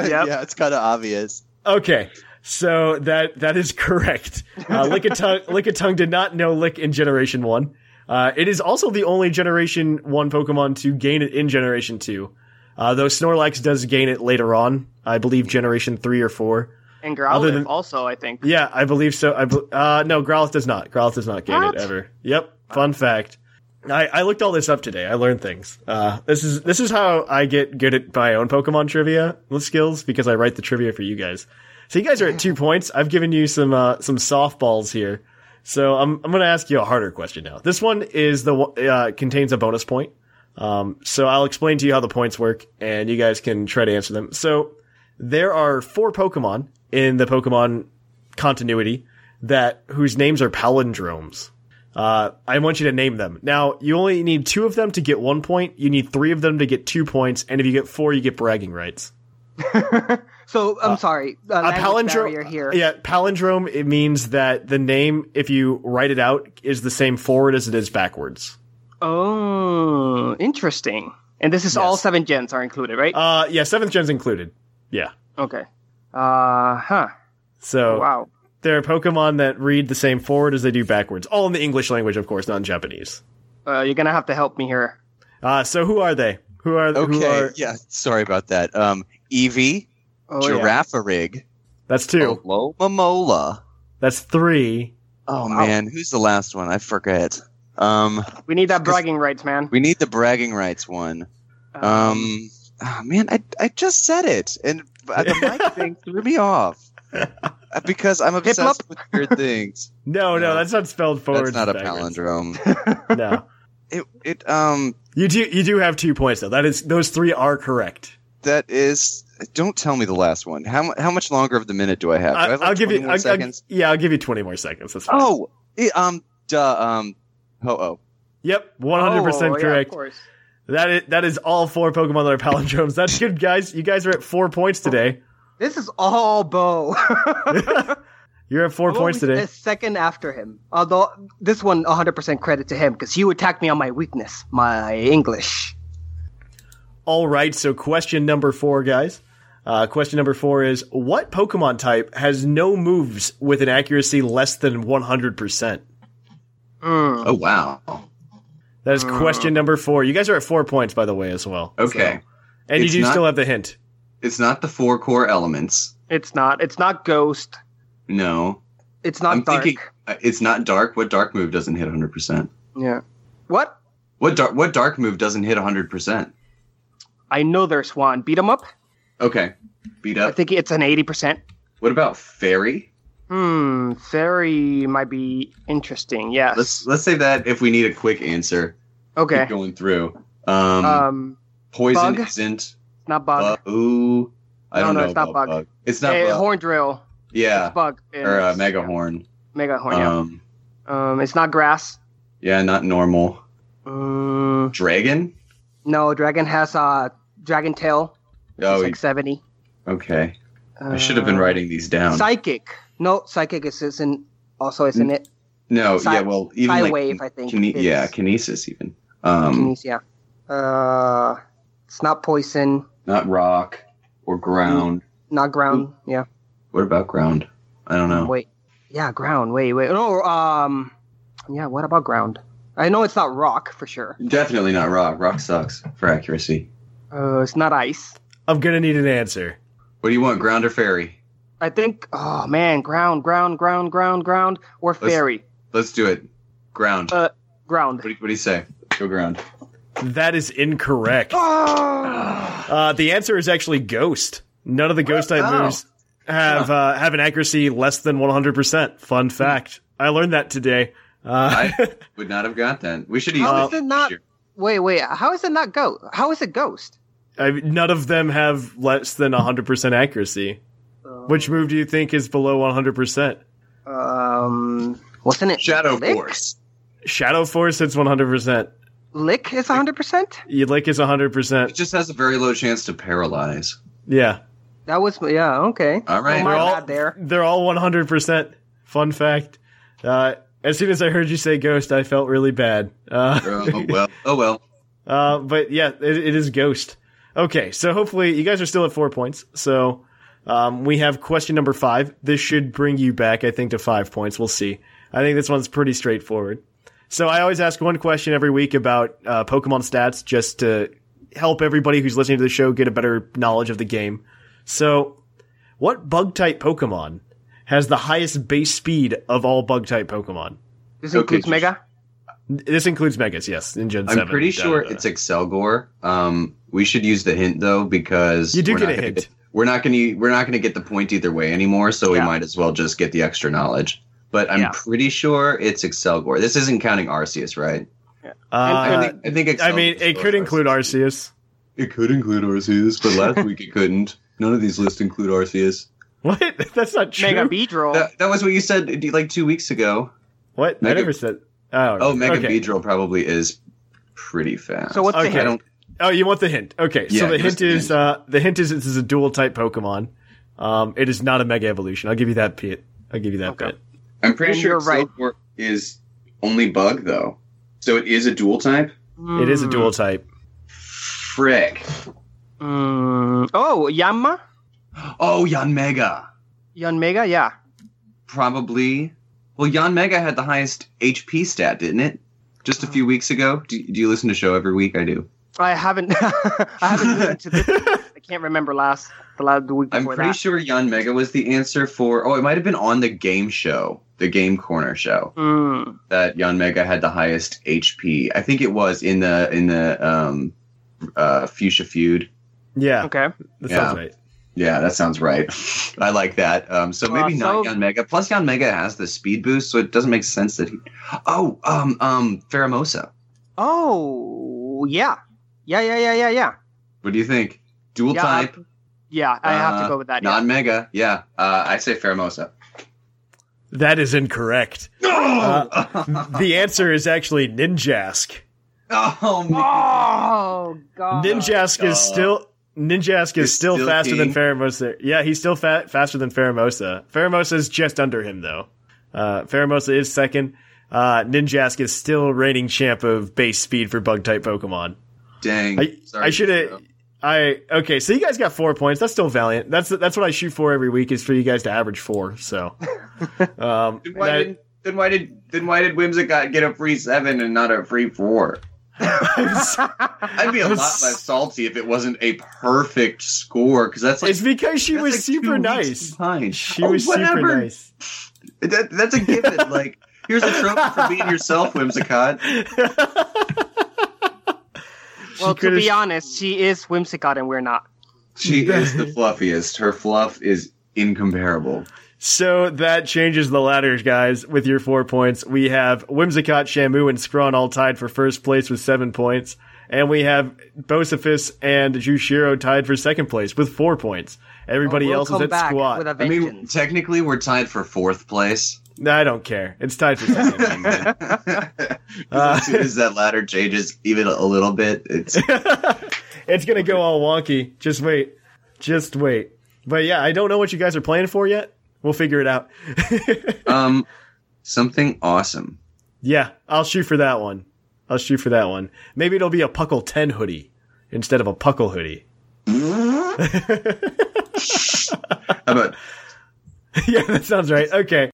Speaker 5: Yeah, it's kind of obvious.
Speaker 2: Okay, so that that is correct. Uh, Lickitung, Lickitung did not know Lick in Generation One. Uh, it is also the only Generation One Pokemon to gain it in Generation Two, uh, though Snorlax does gain it later on. I believe Generation Three or Four.
Speaker 6: And
Speaker 2: Other
Speaker 6: Growlithe
Speaker 2: than-
Speaker 6: also, I think.
Speaker 2: Yeah, I believe so. I bel- uh, no, Growlithe does not. Growlithe does not gain
Speaker 6: What?
Speaker 2: it ever. Yep. Fun fact. I, I looked all this up today. I learned things. Uh, this is this is how I get good at my own Pokemon trivia skills because I write the trivia for you guys. So you guys are at two points. I've given you some uh, some softballs here. So I'm I'm going to ask you a harder question now. This one is the one- uh, contains a bonus point. Um, so I'll explain to you how the points work, and you guys can try to answer them. So there are four Pokemon in the Pokemon continuity that whose names are palindromes. Uh, I want you to name them. Now, you only need two of them to get one point. You need three of them to get two points, and if you get four, you get bragging rights.
Speaker 6: So I'm sorry. Uh,
Speaker 2: A
Speaker 6: language barrier
Speaker 2: palindrome.
Speaker 6: here.
Speaker 2: Yeah, palindrome. It means that the name, if you write it out, is the same forward as it is backwards.
Speaker 6: Oh, interesting. And this is all seven gens are included, right?
Speaker 2: Uh, yeah, seventh gen's included. Yeah.
Speaker 6: okay. Uh huh.
Speaker 2: So
Speaker 6: Oh, Wow.
Speaker 2: there are Pokemon that read the same forward as they do backwards, all in the English language, of course, not in Japanese.
Speaker 6: Uh, you're gonna have to help me here.
Speaker 2: Uh, so who are they? Who are who
Speaker 5: Okay.
Speaker 2: are-
Speaker 5: Yeah. Sorry about that. Um, Eevee,
Speaker 6: Oh, yeah.
Speaker 5: Giraffarig,
Speaker 2: That's two.
Speaker 5: Lomamola.
Speaker 2: That's three.
Speaker 5: Oh man, who's the last one? I forget. Um,
Speaker 6: We need that
Speaker 5: 'Cause-
Speaker 6: bragging rights, man.
Speaker 5: we need the bragging rights one. Um, ah, man, I I just said it, and the
Speaker 2: [LAUGHS]
Speaker 5: mic thing threw me off Uh, because I'm obsessed with weird things.
Speaker 2: [LAUGHS] No, no,
Speaker 5: No.
Speaker 2: that's not spelled forward.
Speaker 5: That's not a
Speaker 2: backwards.
Speaker 5: palindrome.
Speaker 2: [LAUGHS]
Speaker 6: [LAUGHS]
Speaker 2: No,
Speaker 5: It it um
Speaker 2: you do you do have two points though. That is those three are correct.
Speaker 5: that is. Don't tell me the last one. How mu- how much longer of the minute do I have? Do I
Speaker 2: I,
Speaker 5: have like
Speaker 2: will give
Speaker 5: 20
Speaker 2: you.
Speaker 5: more
Speaker 2: I'll- I'll-
Speaker 5: seconds.
Speaker 2: yeah, I'll give you twenty more seconds. That's fine.
Speaker 5: oh, it, um, duh, um, ho oh.
Speaker 2: yep, one hundred percent
Speaker 6: Oh, yeah,
Speaker 2: correct.
Speaker 6: of course.
Speaker 2: that is that is all four Pokemon that are palindromes. That's good, guys. You guys are at four points today.
Speaker 6: This is all Bo.
Speaker 2: You're at four
Speaker 6: Bo
Speaker 2: points
Speaker 6: is
Speaker 2: today.
Speaker 6: the Oh, second after him. Although this one, 100% credit to him because he attacked me on my weakness, my English.
Speaker 2: All right, so question number four, guys. Uh, question number four is What Pokemon type has no moves with an accuracy less than 100%?
Speaker 6: Mm.
Speaker 7: Oh wow.
Speaker 2: That is question
Speaker 1: Uh.
Speaker 2: number four. You guys are at four points, by the way, as well.
Speaker 7: Okay.
Speaker 2: So- and you
Speaker 7: It's
Speaker 2: do
Speaker 7: not-
Speaker 2: still have the hint.
Speaker 7: It's not the four core elements.
Speaker 6: It's not. It's not Ghost.
Speaker 7: No.
Speaker 6: It's not
Speaker 7: I'm
Speaker 6: Dark.
Speaker 7: thinking uh, it's not dark. What dark move doesn't hit 100%?
Speaker 6: Yeah. What?
Speaker 7: What dark what dark move doesn't hit 100%?
Speaker 6: I know there's Swan. Beat him up.
Speaker 7: Okay. Beat
Speaker 6: I
Speaker 7: up.
Speaker 6: think it's an 80%.
Speaker 7: What about fairy?
Speaker 6: Hmm. Fairy might be interesting. Yes.
Speaker 7: Let's let's say that if we need a quick answer.
Speaker 6: okay.
Speaker 7: Keep going through. Um,
Speaker 6: Um.
Speaker 7: poison
Speaker 6: bug?
Speaker 7: isn't
Speaker 6: It's not Bug.
Speaker 7: bu- ooh. I
Speaker 6: No,
Speaker 7: don't
Speaker 6: no,
Speaker 7: know.
Speaker 6: it's not
Speaker 7: about
Speaker 6: bug.
Speaker 7: It's not
Speaker 6: Eh,
Speaker 7: bug.
Speaker 6: Horn Drill.
Speaker 7: Yeah.
Speaker 6: It's Bug.
Speaker 7: or uh,
Speaker 6: It's-
Speaker 7: mega horn.
Speaker 6: Mega Horn. Yeah.
Speaker 7: Um,
Speaker 6: um. It's not Grass.
Speaker 7: yeah, not normal.
Speaker 6: Mm,
Speaker 7: Dragon?
Speaker 6: no, Dragon has uh Dragon Tail.
Speaker 7: Oh,
Speaker 6: it's like seventy.
Speaker 7: okay. I should have been
Speaker 6: Uh,
Speaker 7: writing these down.
Speaker 6: Psychic. No, psychic is isn't also isn't it?
Speaker 7: no,
Speaker 6: Psy-
Speaker 7: yeah, well, even like
Speaker 6: Psywave, I think
Speaker 7: kine-
Speaker 6: it
Speaker 7: yeah,
Speaker 6: is.
Speaker 7: kinesis even. Um,
Speaker 1: Kinesia. Uh, it's not poison,
Speaker 7: not rock or ground.
Speaker 1: not ground.
Speaker 7: Mm.
Speaker 1: Yeah.
Speaker 7: What about ground? I don't know.
Speaker 1: Wait. Yeah, ground. Wait, wait. No. Um. Yeah. What about ground? I know it's not rock for sure.
Speaker 7: Definitely not rock. Rock sucks for accuracy.
Speaker 1: Uh, it's not ice.
Speaker 2: I'm gonna need an answer.
Speaker 7: What do you want, ground or fairy?
Speaker 1: I think. Oh man, ground, ground, ground, ground, ground, or
Speaker 7: Let's-
Speaker 1: fairy.
Speaker 7: Let's do it. Ground.
Speaker 1: Uh,
Speaker 7: what,
Speaker 1: Ground.
Speaker 7: do you, what do you say? Go ground.
Speaker 2: That is incorrect.
Speaker 1: Oh!
Speaker 7: Ah.
Speaker 2: Uh, the answer is actually ghost. None of the ghost type
Speaker 7: Oh.
Speaker 2: moves have uh, have an accuracy less than 100%. Fun fact. I learned that today. Uh, [LAUGHS]
Speaker 7: Hmm. I would not have got that. We should have
Speaker 1: How
Speaker 7: used
Speaker 1: is it not?
Speaker 7: sure.
Speaker 1: Wait, wait. How is it not go? How is it ghost?
Speaker 2: I, none of them have less than 100% accuracy.
Speaker 7: Um,
Speaker 2: Which move do you think is below 100%?
Speaker 1: Um, wasn't it
Speaker 7: Shadow
Speaker 1: lick?
Speaker 7: Force.
Speaker 2: Shadow Force hits 100%.
Speaker 1: Lick is hundred percent.
Speaker 2: Yidlick is
Speaker 7: It
Speaker 2: 100%.
Speaker 7: just has a very low chance to paralyze.
Speaker 2: Yeah.
Speaker 1: That was yeah. Okay.
Speaker 7: All right.
Speaker 1: Oh, my
Speaker 2: They're all-
Speaker 1: bad there.
Speaker 2: They're all 100%. Fun fact. Uh, as soon as I heard you say ghost, I felt really bad. Uh,
Speaker 7: oh well. Oh well.
Speaker 2: [LAUGHS] Uh, but yeah, it, it is Ghost. Okay, so hopefully you guys are still at four points. So um, we have question number five. This should bring you back, I think, to five points. We'll see. I think this one's pretty straightforward. So I always ask one question every week about uh, Pokemon stats just to help everybody who's listening to the show get a better knowledge of the game. So, what bug type Pokemon has the highest base speed of all bug type Pokemon?
Speaker 1: This
Speaker 7: Okay,
Speaker 1: includes
Speaker 7: just-
Speaker 1: Mega.
Speaker 2: This includes Megas, yes, in Gen Uh,
Speaker 7: I'm
Speaker 2: 7.
Speaker 7: pretty
Speaker 2: Da,
Speaker 7: sure
Speaker 2: da, da.
Speaker 7: it's Excelgor. Um, we should use the hint though because
Speaker 2: You do
Speaker 7: we're
Speaker 2: get
Speaker 7: not
Speaker 2: a
Speaker 7: gonna
Speaker 2: hint.
Speaker 7: get- we're not going to we're not going to get the point either way anymore, so we
Speaker 1: Yeah.
Speaker 7: might as well just get the extra knowledge. But I'm
Speaker 1: Yeah.
Speaker 7: pretty sure it's Excelgor. This isn't counting Arceus, right?
Speaker 2: Uh,
Speaker 7: I think, I, think
Speaker 2: I mean,
Speaker 7: Excelgor's
Speaker 2: it
Speaker 7: still
Speaker 2: could include Arceus.
Speaker 7: It could include Arceus, but last week it couldn't. None of these lists include Arceus.
Speaker 2: [LAUGHS] What? That's not true.
Speaker 1: Mega Beedrill.
Speaker 7: That, that was what you said like two weeks ago.
Speaker 2: what? I
Speaker 7: Mega-
Speaker 2: never said. Oh,
Speaker 7: Oh, Mega
Speaker 2: okay.
Speaker 7: Beedrill probably is pretty fast.
Speaker 1: So what's the
Speaker 2: Okay.
Speaker 7: I
Speaker 1: hint?
Speaker 7: don't.
Speaker 2: Oh, you want the hint? Okay, so
Speaker 7: Yeah,
Speaker 2: the
Speaker 7: give us
Speaker 2: hint
Speaker 7: the
Speaker 2: is
Speaker 7: hint.
Speaker 2: uh, the hint is this is a dual type Pokemon. Um, it is not a Mega Evolution. I'll give you that bit. I'll give you that
Speaker 1: Okay.
Speaker 2: bit.
Speaker 7: I'm pretty
Speaker 1: And
Speaker 7: sure
Speaker 1: you're right.
Speaker 7: Excelgor is only bug though, so it is a dual type.
Speaker 2: It is a
Speaker 1: Mm,
Speaker 2: dual type.
Speaker 7: Frick!
Speaker 1: mm, oh, Yama,
Speaker 7: Oh, Yan Mega
Speaker 1: Yon Mega, yeah.
Speaker 7: probably. Well, Yan Mega had the highest HP stat, didn't it? Just a few weeks ago. Do, do you listen to show every week? I do.
Speaker 1: I haven't, [LAUGHS] I haven't listened to this. I can't remember last the last the week
Speaker 7: I'm
Speaker 1: before
Speaker 7: pretty
Speaker 1: that.
Speaker 7: sure Yan Mega was the answer for. Oh, it might have been on the game show, the Game Corner show.
Speaker 1: Mm,
Speaker 7: that Yon Mega had the highest HP. I think it was in the in the um, uh, Fuchsia feud.
Speaker 2: Yeah,
Speaker 1: okay.
Speaker 2: that
Speaker 7: Yeah.
Speaker 2: sounds right.
Speaker 7: Yeah, that sounds right. [LAUGHS] I like that. Um, so maybe
Speaker 1: Uh,
Speaker 7: not
Speaker 1: so-
Speaker 7: Yon Mega. Plus, Yon Mega has the speed boost, so it doesn't make sense that he. Oh, um, um, Faramosa.
Speaker 1: Oh, yeah, yeah, yeah, yeah, yeah, yeah.
Speaker 7: What do you think? Dual
Speaker 1: Yeah, I-
Speaker 7: type,
Speaker 1: Yeah, I have
Speaker 7: Uh,
Speaker 1: to go with that. yeah.
Speaker 7: non Mega. Yeah, uh, I say Faramosa.
Speaker 2: That is incorrect. Uh,
Speaker 7: No.
Speaker 2: the answer is actually Ninjask.
Speaker 7: [LAUGHS] oh,
Speaker 1: Oh God.
Speaker 2: Ninjask
Speaker 7: uh,
Speaker 2: is still Ninjask is
Speaker 7: is
Speaker 2: still,
Speaker 7: still
Speaker 2: faster than
Speaker 7: king.
Speaker 2: Faramosa. Yeah, he's still fa- faster than Faramosa. Faramosa is just under him though. Uh, Faramosa is second. Uh, Ninjask is still reigning champ of base speed for bug type Pokemon.
Speaker 7: dang!
Speaker 2: I I should have. I okay, so you guys got four points. That's still valiant. That's that's what I shoot for every week is for you guys to average four. So, um,
Speaker 7: Then why
Speaker 2: that-
Speaker 7: didn't? Then why did? Then why did Whimsicott get a free seven and not a free four? [LAUGHS] I'd be a lot less salty if it wasn't a perfect score because that's like
Speaker 2: it's because she
Speaker 7: that's
Speaker 2: was
Speaker 7: like two
Speaker 2: super
Speaker 7: weeks
Speaker 2: nice.
Speaker 7: behind.
Speaker 2: She
Speaker 7: Oh,
Speaker 2: was super
Speaker 7: whatever.
Speaker 2: nice.
Speaker 7: That, that's
Speaker 2: [LAUGHS]
Speaker 7: a given. like here's a trophy for being yourself, Whimsicott.
Speaker 1: well,
Speaker 2: She
Speaker 1: to
Speaker 2: could've-
Speaker 1: be honest, she is Whimsicott and we're not.
Speaker 7: She is the fluffiest. Her fluff is incomparable.
Speaker 2: So that changes the ladders, guys. With your four points, we have Whimsicott, Shamu, and Scrawn all tied for first place with seven points, and we have Bosephus and Jushiro tied for second place with four points. Everybody
Speaker 1: Oh, We'll
Speaker 2: else is
Speaker 1: come
Speaker 2: at
Speaker 1: back
Speaker 2: squat.
Speaker 1: With a
Speaker 7: I
Speaker 1: vengeance.
Speaker 7: mean, technically, we're tied for fourth place.
Speaker 2: No, I don't care. It's tied for
Speaker 7: [LAUGHS]
Speaker 2: second.
Speaker 7: 'Cause as soon as that ladder changes even a little bit,
Speaker 2: [LAUGHS]
Speaker 7: it's
Speaker 2: it's gonna go all wonky. Just wait. Just wait. But yeah, I don't know what you guys are playing for yet. We'll figure it out.
Speaker 7: um something awesome.
Speaker 2: yeah, I'll shoot for that one. I'll shoot for that one. Maybe it'll be a Puckle 10 hoodie instead of a Puckle hoodie.
Speaker 7: How about
Speaker 2: [LAUGHS] yeah, that sounds right. Okay.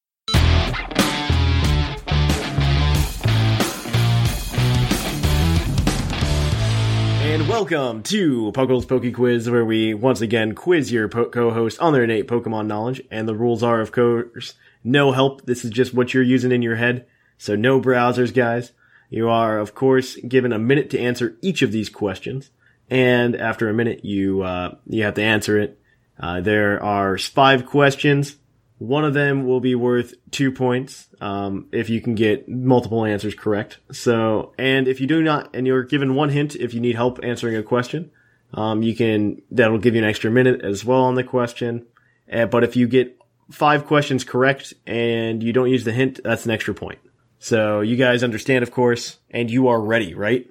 Speaker 2: And welcome to Puckle's Poke Quiz, where we once again quiz your po- co-host on their innate Pokemon knowledge. And the rules are, of course, no help. This is just what you're using in your head. So no browsers, guys. You are, of course, given a minute to answer each of these questions. And after a minute, you, uh, you have to answer it. Uh, there are five questions. One of them will be worth two points um, if you can get multiple answers correct. So, and if you do not, and you're given one hint if you need help answering a question, um, you can that'll give you an extra minute as well on the question. Uh, but if you get five questions correct and you don't use the hint, that's an extra point. So you guys understand, of course, and you are ready, right?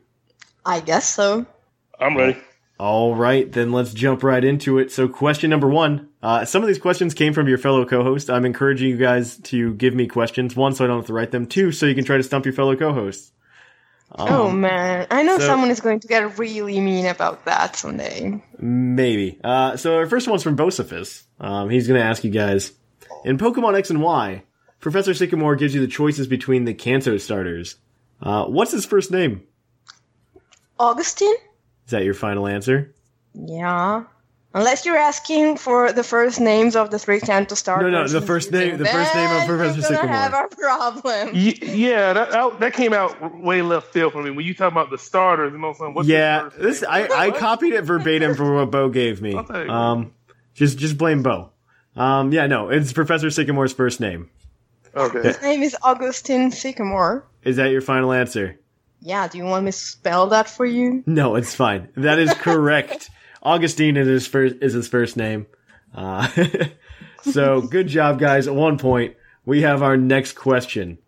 Speaker 8: I guess so.
Speaker 9: I'm ready.
Speaker 2: All right, then let's jump right into it. So, question number one. Uh, some of these questions came from your fellow co-host. I'm encouraging you guys to give me questions. One, so I don't have to write them. Two, so you can try to stump your fellow co-hosts. Um,
Speaker 8: oh man, I know
Speaker 2: so-
Speaker 8: someone is going to get really mean about that someday.
Speaker 2: Maybe. Uh, so our first one's from Bosophus. Um, he's going to ask you guys in Pokemon X and Y. Professor Sycamore gives you the choices between the Kanto starters. Uh, what's his first name?
Speaker 8: Augustine?
Speaker 2: Is that your final answer?
Speaker 8: Yeah. Unless you're asking for the first names of the three Kanto
Speaker 2: No,
Speaker 8: starters.
Speaker 2: no, the first name, the first name of Professor
Speaker 8: We're gonna have
Speaker 2: Sycamore.
Speaker 8: a problem.
Speaker 9: Y- yeah, that, that that came out way left field for me. When you talk about the starters and all of a sudden, what's
Speaker 2: yeah,
Speaker 9: the
Speaker 2: this I, I copied it verbatim from what Bo gave me.
Speaker 9: I'll take it.
Speaker 2: Um, just just blame Bo. Um, yeah, no, it's Professor Sycamore's first name.
Speaker 9: Okay.
Speaker 8: His name is Augustine Sycamore.
Speaker 2: [LAUGHS] Is that your final answer?
Speaker 8: Yeah, do you want me to spell that for you?
Speaker 2: [LAUGHS] No, it's fine. That is correct. Augustine is his first is his first name. Uh, [LAUGHS] so good job, guys. At one point, we have our next question.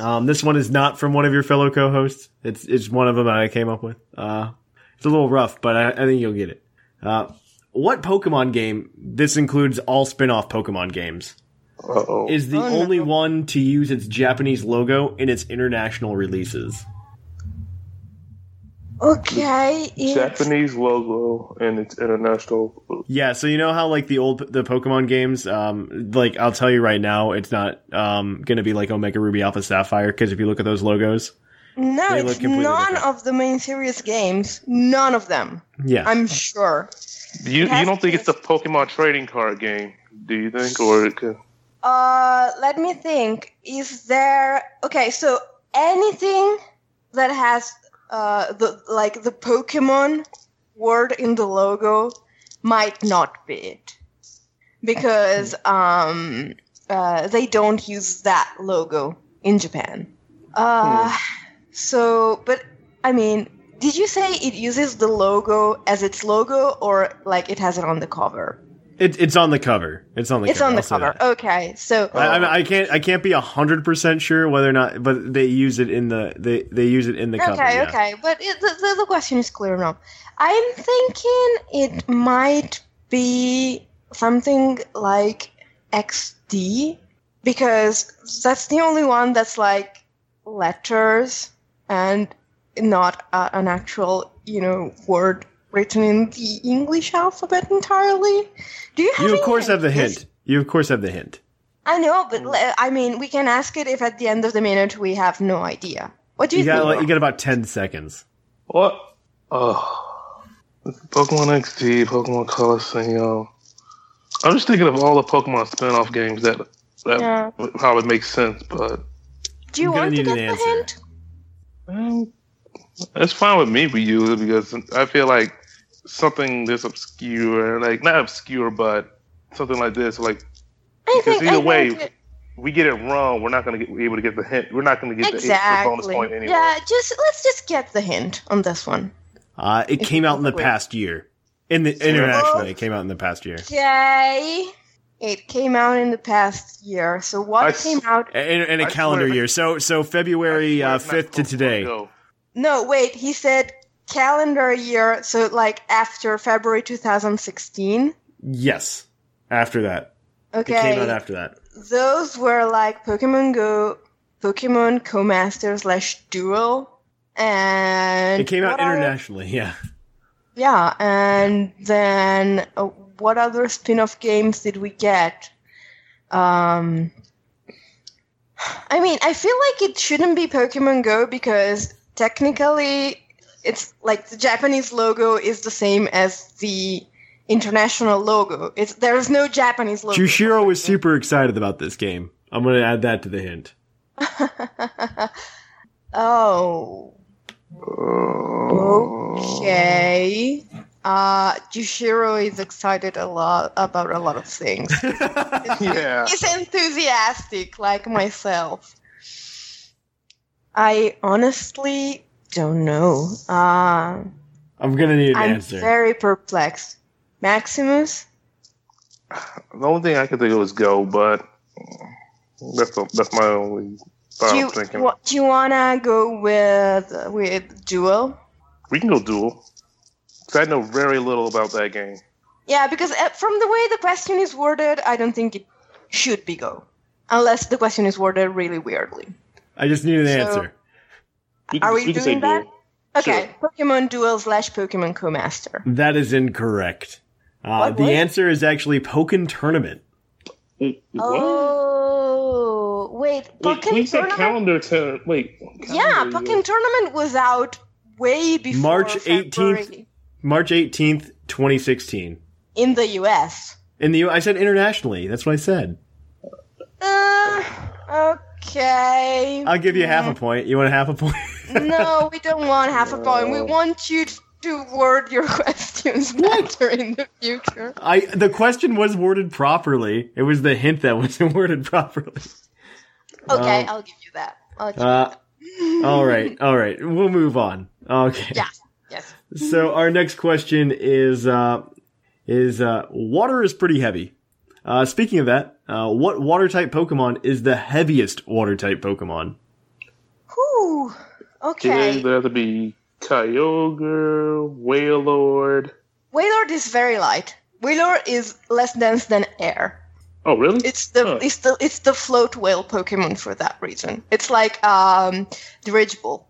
Speaker 2: Um, this one is not from one of your fellow co-hosts. It's it's one of them I came up with. Uh, it's a little rough, but I, I think you'll get it. Uh, what Pokemon game? This includes all spin-off Pokemon games.
Speaker 3: Uh-oh.
Speaker 2: Is the
Speaker 8: Oh, no.
Speaker 2: only one to use its Japanese logo in its international releases.
Speaker 8: Okay, it's
Speaker 9: Japanese logo and its international.
Speaker 2: Yeah, so you know how like the old the Pokemon games, um, like I'll tell you right now, it's not um gonna be like Omega Ruby Alpha Sapphire because if you look at those logos,
Speaker 8: no,
Speaker 2: They look
Speaker 8: it's
Speaker 2: completely
Speaker 8: none
Speaker 2: different.
Speaker 8: of the main series games. None of them.
Speaker 2: yeah,
Speaker 8: I'm sure.
Speaker 9: You
Speaker 8: It has
Speaker 9: you don't
Speaker 8: to
Speaker 9: think
Speaker 8: be-
Speaker 9: it's the Pokemon trading card game? Do you think or it could?
Speaker 8: Uh, let me think. Is there okay? So anything that has uh the like the Pokemon word in the logo might not be it
Speaker 2: [LAUGHS]
Speaker 8: because um uh they don't use that logo in Japan. Uh,
Speaker 2: Hmm.
Speaker 8: so but I mean, did you say it uses the logo as its logo or like it has it on the cover?
Speaker 2: it, it's on the cover. It's on the
Speaker 8: It's
Speaker 2: cover.
Speaker 8: on the
Speaker 2: I'll say
Speaker 8: cover.
Speaker 2: that.
Speaker 8: Okay, so.
Speaker 2: I, I, mean, I can't I can't be hundred percent sure whether or not, but they use it in the they they use it in the cover.
Speaker 8: Okay,
Speaker 2: yeah.
Speaker 8: okay, but it, the, the, the question is clear now. I'm thinking it might be something like XD because that's the only one that's like letters and not uh, an actual, you know, word written in the English alphabet entirely. Do you have
Speaker 2: You of
Speaker 8: any
Speaker 2: course have the
Speaker 8: ideas?
Speaker 2: hint. You of course have the hint.
Speaker 8: I know, but le- I mean, we can ask it if at the end of the minute we have no idea. What do you,
Speaker 2: You got
Speaker 8: think?
Speaker 2: like, you got about ten seconds.
Speaker 9: What? Oh, Pokemon XD, Pokemon Coliseum. I'm just thinking of all the Pokemon spin-off games that that
Speaker 8: Yeah.
Speaker 9: would probably make sense, but
Speaker 8: Do you
Speaker 2: I'm gonna
Speaker 8: want to
Speaker 2: need
Speaker 8: get
Speaker 2: an
Speaker 8: the
Speaker 2: answer.
Speaker 8: hint?
Speaker 9: um, it's fine with me for you because I feel like something this obscure, like not obscure, but something like this, like
Speaker 8: I
Speaker 9: Because
Speaker 8: think
Speaker 9: either
Speaker 8: I
Speaker 9: way,
Speaker 8: think it-
Speaker 9: we get it wrong, we're not going to be able to get the hint. We're not going to get the- the bonus
Speaker 8: exactly.
Speaker 9: point anyway.
Speaker 8: Yeah, just let's just get the hint on this one.
Speaker 2: Uh, it came out in the
Speaker 8: Wait.
Speaker 2: past year. In the internationally, it came out in the past year.
Speaker 8: Okay. It came out in the past year. So what
Speaker 9: I s-
Speaker 8: came out?
Speaker 2: In, in a
Speaker 9: I
Speaker 2: calendar
Speaker 9: swear-
Speaker 2: year, so so February
Speaker 9: I
Speaker 2: uh,
Speaker 9: swear
Speaker 2: fifth to
Speaker 9: it's not
Speaker 2: today.
Speaker 9: Pokemon
Speaker 8: No, wait. He said calendar year. So like after February 2016.
Speaker 2: Yes. After that. It came out
Speaker 8: Okay.
Speaker 2: after that.
Speaker 8: Those were like Pokemon Go, Pokemon Co-Master slash Duel, and
Speaker 2: It came out
Speaker 8: what are-
Speaker 2: internationally, yeah.
Speaker 8: yeah, and then uh, what other spin-off games did we get? Um, I mean, I feel like it shouldn't be Pokemon Go because technically, it's like the Japanese logo is the same as the international logo. It's there is no Japanese logo.
Speaker 2: Jushiro was super excited about this game. I'm going to add that to the hint.
Speaker 8: Oh. Okay. Uh, Jushiro is excited a lot about a lot of things.
Speaker 9: yeah.
Speaker 8: He's enthusiastic, like myself. I honestly don't know. Uh,
Speaker 2: I'm going to need an
Speaker 8: I'm
Speaker 2: answer.
Speaker 8: very perplexed. Maximus?
Speaker 9: The only thing I can think of is go, but that's the, that's my only
Speaker 8: Do
Speaker 9: thought I'm
Speaker 8: you,
Speaker 9: thinking.
Speaker 8: wa- do you wanna go with with duel?
Speaker 9: We can go duel. 'Cause I know very little about that game.
Speaker 8: Yeah, because uh, from the way the question is worded, I don't think it should be go, unless the question is worded really weirdly.
Speaker 2: I just need an
Speaker 8: So-
Speaker 2: answer.
Speaker 8: Are we doing that? Okay, Pokemon Duel slash Pokemon Co-Master.
Speaker 2: That is incorrect. Uh, the answer is actually Pokken Tournament.
Speaker 8: Oh wait,
Speaker 9: Wait,
Speaker 8: Pokken
Speaker 9: we said
Speaker 8: Tournament.
Speaker 9: calendar to wait.
Speaker 8: yeah, Pokken Tournament was out way before
Speaker 2: March
Speaker 8: February
Speaker 2: 18th, March 18th, 2016.
Speaker 8: in the U.S.
Speaker 2: In the U- I said internationally. That's what I said.
Speaker 8: Uh, okay.
Speaker 2: I'll give you half a point. You want half a point?
Speaker 8: [LAUGHS] no, we don't want half a point. We want you to word your [LAUGHS] questions better in the future.
Speaker 2: I the question was worded properly. It was the hint that [LAUGHS] wasn't worded properly.
Speaker 8: Okay,
Speaker 2: Um,
Speaker 8: I'll give you that. I'll give
Speaker 2: Uh, all [LAUGHS] right, all right. We'll move on. Okay.
Speaker 8: Yeah. Yes.
Speaker 2: So our next question is uh, is uh, water is pretty heavy. Uh, speaking of that, uh, what water type Pokemon is the heaviest water type Pokemon?
Speaker 8: Whew. Okay.
Speaker 9: There to be Kyogre, Wailord.
Speaker 8: Wailord is very light. Wailord is less dense than air.
Speaker 9: Oh, really?
Speaker 8: It's the
Speaker 9: Huh.
Speaker 8: it's the it's the float whale Pokemon for that reason. It's like um dirigible,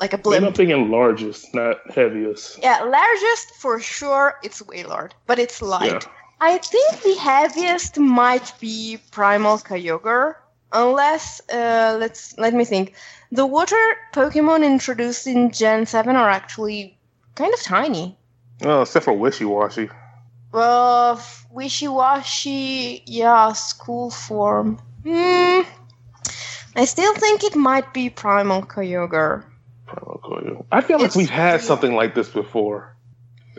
Speaker 8: like a
Speaker 9: Maybe
Speaker 8: blimp.
Speaker 9: I'm thinking largest, not heaviest.
Speaker 8: Yeah, largest for sure. It's Wailord, but it's light.
Speaker 9: Yeah.
Speaker 8: I think the heaviest might be Primal Kyogre, unless uh, let's let me think. The water Pokemon introduced in Gen Seven are actually kind of tiny.
Speaker 9: Oh, except for Wishy Washy.
Speaker 8: Well, f- Uh, wishy-washy, yeah, school form. Hmm. I still think it might be Primal Kyogre.
Speaker 9: I feel like we've had something like this before.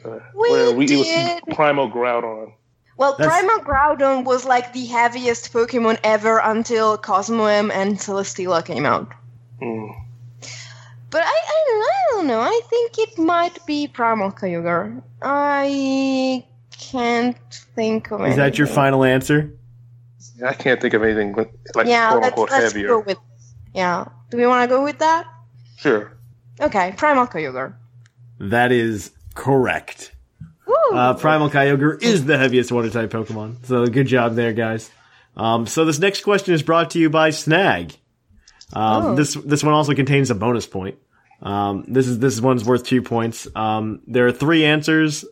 Speaker 9: Uh, where we it was
Speaker 8: did.
Speaker 9: Primal Groudon.
Speaker 8: Well,
Speaker 9: That's-
Speaker 8: Primal Groudon was like the heaviest Pokemon ever until Cosmoem and Celesteela came out.
Speaker 9: Hmm.
Speaker 8: But I, I, I don't know. I think it might be Primal Kyogre. I can't think of it.
Speaker 2: Is that your final answer?
Speaker 9: I can't think of anything like
Speaker 8: yeah,
Speaker 9: quote
Speaker 8: let's,
Speaker 9: unquote
Speaker 8: let's
Speaker 9: heavier.
Speaker 8: go with. Yeah. Do we want to go with that?
Speaker 9: Sure.
Speaker 8: Okay, Primal Kyogre.
Speaker 2: That is correct.
Speaker 8: Woo!
Speaker 2: Uh, Primal Kyogre is the heaviest water type Pokemon. So good job there, guys. Um, so this next question is brought to you by Snag. Um,
Speaker 1: Oh.
Speaker 2: This this one also contains a bonus point. Um, this is this one's worth two points. Um, there are three answers,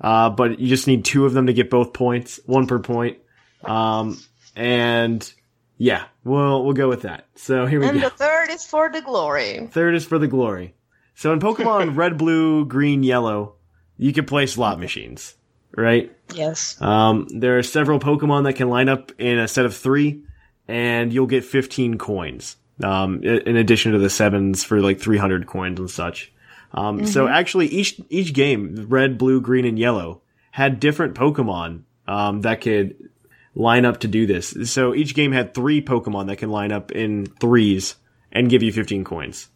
Speaker 2: uh, but you just need two of them to get both points, one per point. Um, and yeah, we'll we'll go with that. So here we
Speaker 8: and
Speaker 2: go.
Speaker 8: the third is for the glory.
Speaker 2: Third is for the glory. So in Pokemon Red, Blue, Green, Yellow, you can play slot machines, right?
Speaker 8: Yes.
Speaker 2: Um, there are several Pokemon that can line up in a set of three, and you'll get 15 coins. Um, i- in addition to the sevens for like 300 coins and such. Um, so
Speaker 8: Mm-hmm.
Speaker 1: Mhm.
Speaker 2: actually each, each game, red, blue, green, and yellow had different Pokemon, um, that could line up to do this. So each game had three Pokemon that can line up in threes and give you 15 coins. Is-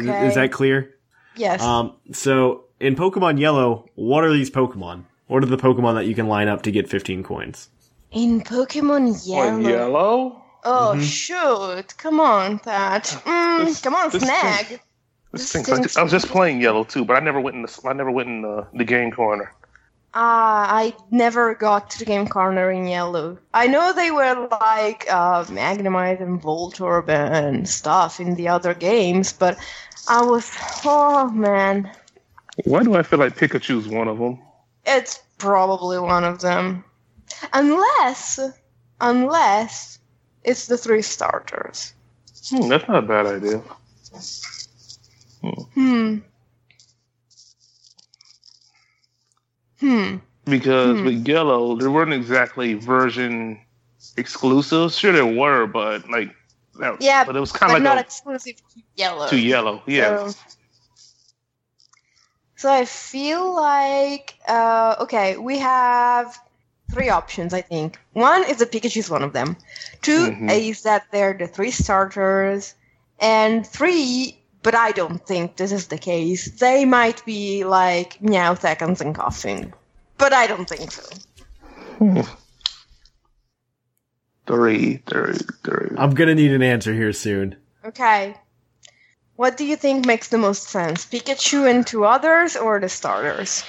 Speaker 8: Okay.
Speaker 2: is that clear?
Speaker 8: Yes.
Speaker 2: Um, so in Pokemon Yellow, what are these Pokemon? What are the Pokemon that you can line up to get 15 coins?
Speaker 8: In
Speaker 9: Oh,
Speaker 8: Pokemon Yellow.
Speaker 9: yellow?
Speaker 8: Oh
Speaker 2: Mhm.
Speaker 8: shoot! Come on, that. Mm, come on,
Speaker 9: Mm-hmm. this
Speaker 8: snag.
Speaker 9: This thing, I was just playing yellow too, but I never went in the I never went in the, the game corner.
Speaker 8: Ah, I never got to the game corner in yellow. I know they were like uh, Magnemite and Voltorb and stuff in the other games, but I was oh man,
Speaker 9: Why do I feel like Pikachu's one of them?
Speaker 8: it's probably one of them, unless unless it's the three starters.
Speaker 9: Hmm, that's not a bad idea.
Speaker 8: Hmm. Hmm.
Speaker 9: Because
Speaker 8: Hmm.
Speaker 9: with Yellow, there weren't exactly version exclusives. Sure, there were, but like, that-
Speaker 8: Yeah,
Speaker 9: but it was kind
Speaker 8: but
Speaker 9: of
Speaker 8: not
Speaker 9: like
Speaker 8: exclusive to yellow.
Speaker 9: a, to Yellow. Yeah,
Speaker 8: So, so I feel like uh, okay, we have three options. I think one is that Pikachu's one of them. 2
Speaker 9: Mhm.
Speaker 8: is that they're the three starters, and three. But I don't think this is the case. They might be like meow seconds and coughing, but I don't think so.
Speaker 9: three, three, three.
Speaker 2: I'm gonna need an answer here soon.
Speaker 8: Okay. What do you think makes the most sense? Pikachu and two others, or the starters?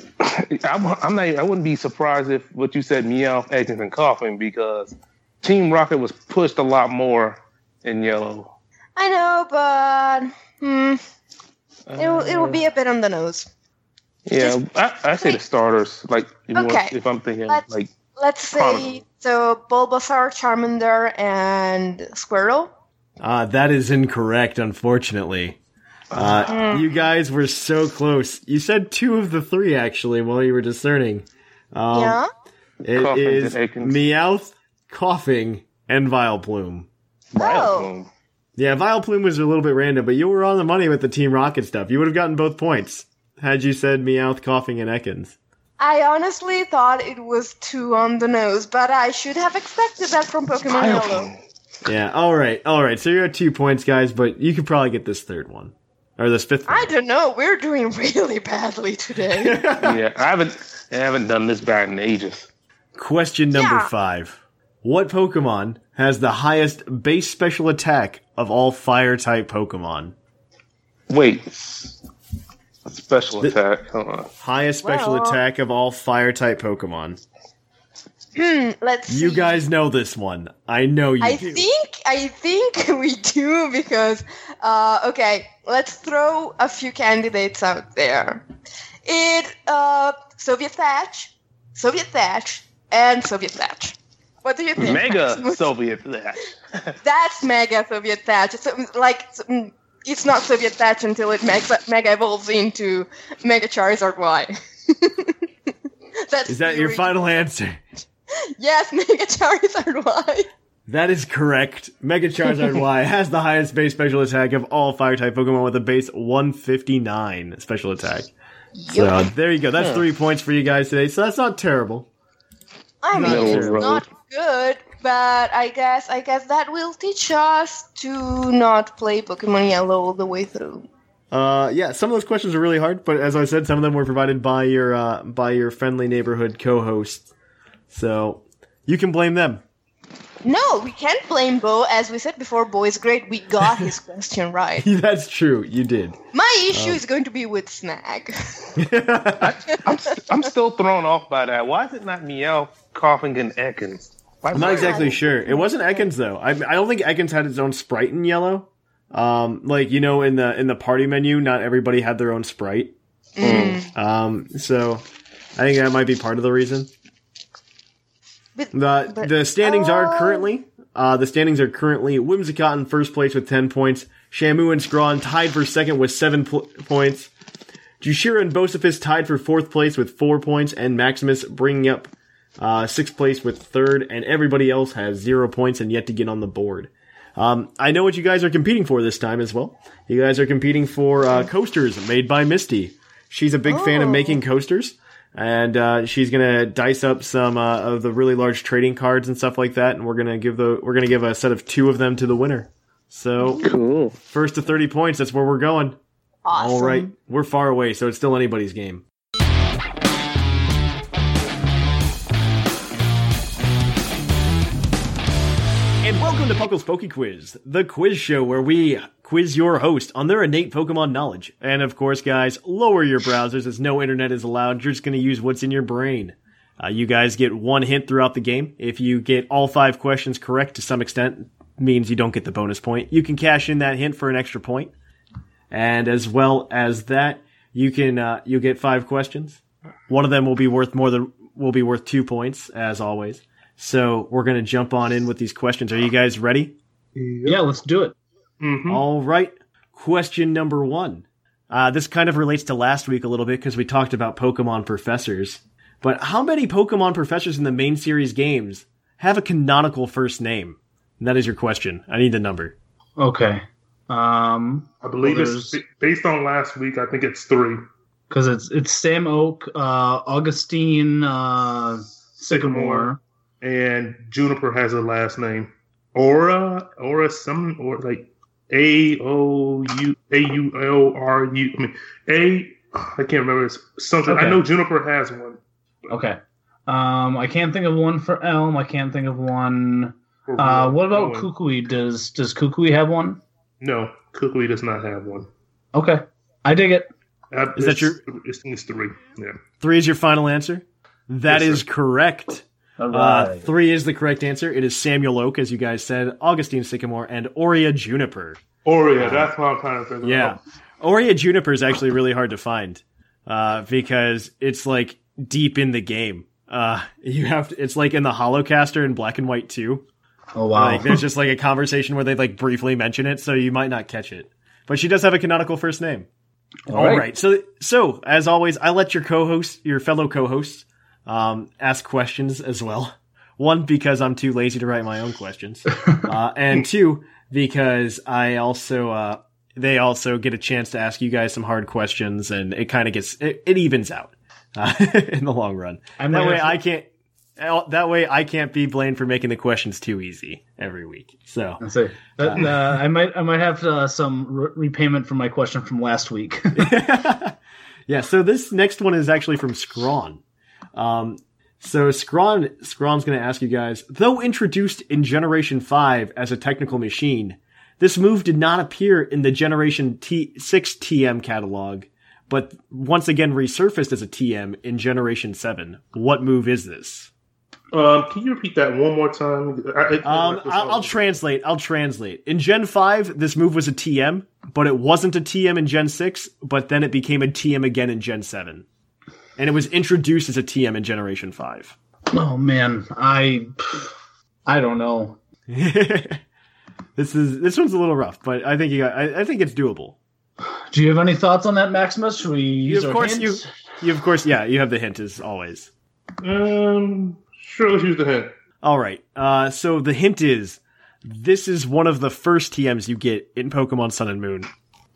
Speaker 9: [LAUGHS] I'm, I'm not. I wouldn't be surprised if what you said, meow, agents, and coughing, because Team Rocket was pushed a lot more in Yellow.
Speaker 8: I know, but hmm, it will it will be a bit on the nose.
Speaker 9: Yeah, I, I say the starters. Like, if, you want-
Speaker 8: Okay.
Speaker 9: if I'm thinking,
Speaker 8: Let's-
Speaker 9: like,
Speaker 8: Let's say so Bulbasaur, Charmander, and Squirrel.
Speaker 2: Uh, that is incorrect, unfortunately. Uh,
Speaker 8: Mm.
Speaker 2: You guys were so close. You said two of the three, actually, while you were discerning. Um,
Speaker 8: Yeah?
Speaker 2: It
Speaker 9: Coughing and
Speaker 2: is
Speaker 9: aching.
Speaker 2: Meowth, Coughing, and Vileplume.
Speaker 8: Oh,
Speaker 2: Yeah, Vileplume was a little bit random, but you were on the money with the Team Rocket stuff. You would have gotten both points had you said Meowth, Coughing, and Ekans.
Speaker 8: I honestly thought it was two on the nose, but I should have expected that from Pokemon Yellow.
Speaker 2: Yeah, all right, all right. So you're at two points, guys, but you could probably get this third one. Or this fifth one.
Speaker 8: I don't know. We're doing [LAUGHS] really
Speaker 2: [LAUGHS]
Speaker 8: badly today.
Speaker 9: yeah, I haven't, I haven't done this back in ages.
Speaker 2: Question number
Speaker 8: Yeah.
Speaker 2: five. What Pokemon has the highest base special attack of all fire type Pokemon?
Speaker 9: Wait,
Speaker 8: [LAUGHS]
Speaker 9: special attack. Hold on.
Speaker 2: Highest special
Speaker 8: Well-
Speaker 2: attack of all fire type Pokemon.
Speaker 8: Hmm, Let's.
Speaker 2: You
Speaker 8: see.
Speaker 2: guys know this one. I know Oh, you
Speaker 8: I
Speaker 2: do.
Speaker 8: think I think [LAUGHS] we do because uh, okay, let's throw a few candidates out there. It uh, Soviet Thatch, Soviet Thatch, and Soviet Thatch. What do you think?
Speaker 9: Mega
Speaker 8: Maximus?
Speaker 9: Soviet. yeah.
Speaker 8: That's mega Soviet Thatch. It's um, like it's, um, it's not Soviet Thatch until it mega, mega evolves into Mega Charizard Y. [LAUGHS] That's
Speaker 2: Is that
Speaker 8: the
Speaker 2: your
Speaker 8: ori-
Speaker 2: final answer?
Speaker 8: Yes, Mega [LAUGHS] Charizard Y.
Speaker 2: That is correct. Mega Charizard
Speaker 8: [LAUGHS]
Speaker 2: Y has the highest base special attack of all fire type Pokemon with a base 159 special attack. So there you go. That's
Speaker 9: Huh.
Speaker 2: three points for you guys today. So that's not terrible.
Speaker 8: I mean,
Speaker 9: Middle
Speaker 8: it's
Speaker 9: road.
Speaker 8: not good, but I guess I guess that will teach us to not play Pokemon Yellow all the way through.
Speaker 2: Uh, yeah, some of those questions are really hard, but as I said, some of them were provided by your uh, by your friendly neighborhood co-host, so you can blame them. [LAUGHS]
Speaker 8: No, we can't blame Bo. As we said before, Bo is great. We got his question right.
Speaker 2: That's true, you did.
Speaker 8: My issue is going to be with Snag. [LAUGHS]
Speaker 9: I'm, st- I'm still thrown off by that. Why is it not Meow, coughing, and Ekans? Why-
Speaker 2: I'm not exactly sure. It wasn't Ekans though. I I don't think Ekans had his own sprite in yellow. Um, like you know, in the in the party menu, not everybody had their own sprite. Mm.
Speaker 10: Mm.
Speaker 8: Mm-hmm.
Speaker 2: Um, so I think that might be part of the reason.
Speaker 8: But-
Speaker 2: the
Speaker 8: but-
Speaker 2: the standings
Speaker 8: Oh.
Speaker 2: are currently uh, the standings are currently Whimsicott in first place with ten points. Shamu and Scrawn tied for second with seven pl- points. Jushira and Bosifus tied for fourth place with four points, and Maximus bringing up uh, sixth place with third, and everybody else has zero points and yet to get on the board. Um, I know what you guys are competing for this time as well. You guys are competing for uh, coasters made by Misty. She's a big fan of making coasters, and uh, she's gonna dice up some uh, of the really large trading cards and stuff like that. And we're gonna give the we're gonna give a set of two of them to the winner. So
Speaker 9: Cool.
Speaker 2: first to thirty points. That's where we're going.
Speaker 8: Awesome.
Speaker 2: All right, we're far away, so it's still anybody's game.
Speaker 10: And welcome
Speaker 2: Welcome to Puckle's Poke Quiz, the quiz show where we quiz your host on their innate Pokemon knowledge. And of course, guys, lower your browsers as no internet is allowed. You're just going to use what's in your brain. Uh, you guys get one hint throughout the game. If you get all five questions correct to some extent, means you don't get the bonus point. You can cash in that hint for an extra point. And as well as that, you can uh, you'll get five questions. One of them will be worth more than will be worth two points, as always. So we're gonna jump on in with these questions. Are you guys ready?
Speaker 10: Yeah, let's do it.
Speaker 9: Mm-hmm.
Speaker 2: All right. Question number one. Uh, this kind of relates to last week a little bit because we talked about Pokemon professors. But how many Pokemon professors in the main series games have a canonical first name? And that is your question. I need the number.
Speaker 10: Okay. Um,
Speaker 9: I believe it's b- based on last week. I think it's three.
Speaker 10: because it's it's Sam Oak, uh, Augustine uh, Sycamore.
Speaker 9: And Juniper has a last name. Aura, Aura, some or like A O U A U L R U. I mean A. I can't remember. It's something. I
Speaker 10: Okay.
Speaker 9: know Juniper has one.
Speaker 10: Okay. Um, I can't think of one for Elm. I can't think of one.
Speaker 9: Mm-hmm.
Speaker 10: Uh, what about
Speaker 9: Owen.
Speaker 10: Kukui? Does does Kukui have one?
Speaker 9: No, Kukui does not have one.
Speaker 10: Okay, I dig it.
Speaker 9: I,
Speaker 2: Is that
Speaker 9: it's- It's, it's three. Yeah.
Speaker 2: Three is your final answer? That is
Speaker 9: Yes,
Speaker 2: correct.
Speaker 10: All
Speaker 2: Uh,
Speaker 10: right.
Speaker 2: three is the correct answer. It is Samuel Oak, as you guys said, Augustine Sycamore, and Aurea Juniper.
Speaker 9: Aurea,
Speaker 2: Uh,
Speaker 9: that's what I'm trying to figure
Speaker 2: Yeah.
Speaker 9: out.
Speaker 2: Aurea Juniper is actually really hard to find uh, because it's like deep in the game. Uh, you have to, it's like in the Holocaster in Black and White 2.
Speaker 10: Oh wow.
Speaker 2: Like there's just like a conversation where they like briefly mention it, so you might not catch it. But she does have a canonical first name.
Speaker 10: All
Speaker 2: All right.
Speaker 10: right.
Speaker 2: So so as always, I let your co-host, your fellow co-hosts, um, ask questions as well. One because I'm too lazy to write my own
Speaker 10: [LAUGHS]
Speaker 2: questions, uh, and two because I also uh, they also get a chance to ask you guys some hard questions, and it kind of gets it, it evens out uh, [LAUGHS] in the long run.
Speaker 10: I'm
Speaker 2: that
Speaker 10: like-
Speaker 2: way I can't. That way I can't be blamed for making the questions too easy every week. So
Speaker 10: That's it. But, uh, I might I might have uh, some re- repayment for my question from last week. [LAUGHS]
Speaker 2: [LAUGHS] Yeah, so this next one is actually from Scrawn. Um, so Scrawn, Scrawn's going to ask you guys, though introduced in Generation 5 as a technical machine, this move did not appear in the Generation T- 6 TM catalog, but once again resurfaced as a TM in Generation 7. What move is this?
Speaker 9: Um, can you repeat that one more time? I, I,
Speaker 2: Um, I'll, I'll translate. I'll translate. In Gen 5, this move was a TM, but it wasn't a TM in Gen 6, but then it became a TM again in Gen 7. And it was introduced as a TM in Generation 5.
Speaker 10: oh man, I I don't know.
Speaker 2: [LAUGHS] This is this one's a little rough, but I think you got, I, I think it's doable.
Speaker 10: Do you have any thoughts on that, Maximus? Should we
Speaker 2: You,
Speaker 10: use
Speaker 2: of
Speaker 10: our
Speaker 2: course you
Speaker 10: hands?
Speaker 2: you of course yeah, you have the hint as always.
Speaker 9: Um, sure. Let's use the hint.
Speaker 2: All right. Uh, so the hint is this is one of the first TMs you get in Pokemon Sun and Moon.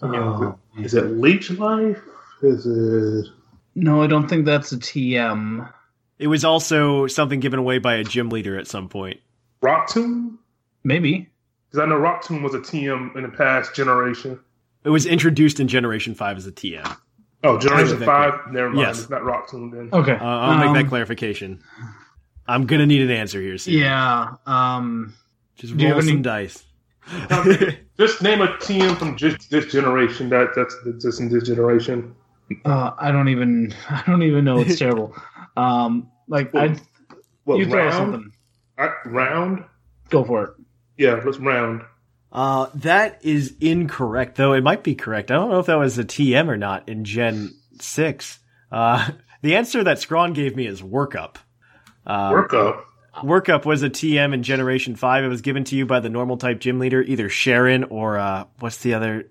Speaker 10: Oh,
Speaker 9: is it Leech Life? Is it?
Speaker 10: No, I don't think that's a TM.
Speaker 2: It was also something given away by a gym leader at some point.
Speaker 9: Rocktoon?
Speaker 10: Maybe.
Speaker 9: Because I know Rocktoon was a TM in the past generation.
Speaker 2: It was introduced in Generation 5 as a TM.
Speaker 9: Oh, Generation
Speaker 2: Exactly.
Speaker 9: 5? Never mind.
Speaker 2: Yes.
Speaker 9: It's not Rocktoon then.
Speaker 2: Uh, I'll
Speaker 10: Um,
Speaker 2: make that clarification. I'm going to need an answer here soon.
Speaker 10: Yeah. Um.
Speaker 2: Just
Speaker 10: do you
Speaker 2: roll
Speaker 10: have
Speaker 2: some
Speaker 10: any-
Speaker 2: dice.
Speaker 10: Um, [LAUGHS]
Speaker 9: just name a TM from just this generation that that's that's just in this generation.
Speaker 10: Uh, I don't even. [LAUGHS] I don't even
Speaker 2: [LAUGHS]
Speaker 10: know. It's terrible. Um. Like I.
Speaker 9: What,
Speaker 10: you throw
Speaker 9: round?
Speaker 10: something.
Speaker 9: I, round?
Speaker 10: Go for it.
Speaker 9: Yeah, let's round.
Speaker 2: Uh, that is incorrect, though. It might be correct. I don't know if that was a TM or not in Gen 6. Uh, [LAUGHS] the answer that Scrawn gave me is Workup. Um,
Speaker 9: Workup?
Speaker 2: Workup was a TM in Generation 5. It was given to you by the normal type gym leader, either Sharon or uh, what's the other?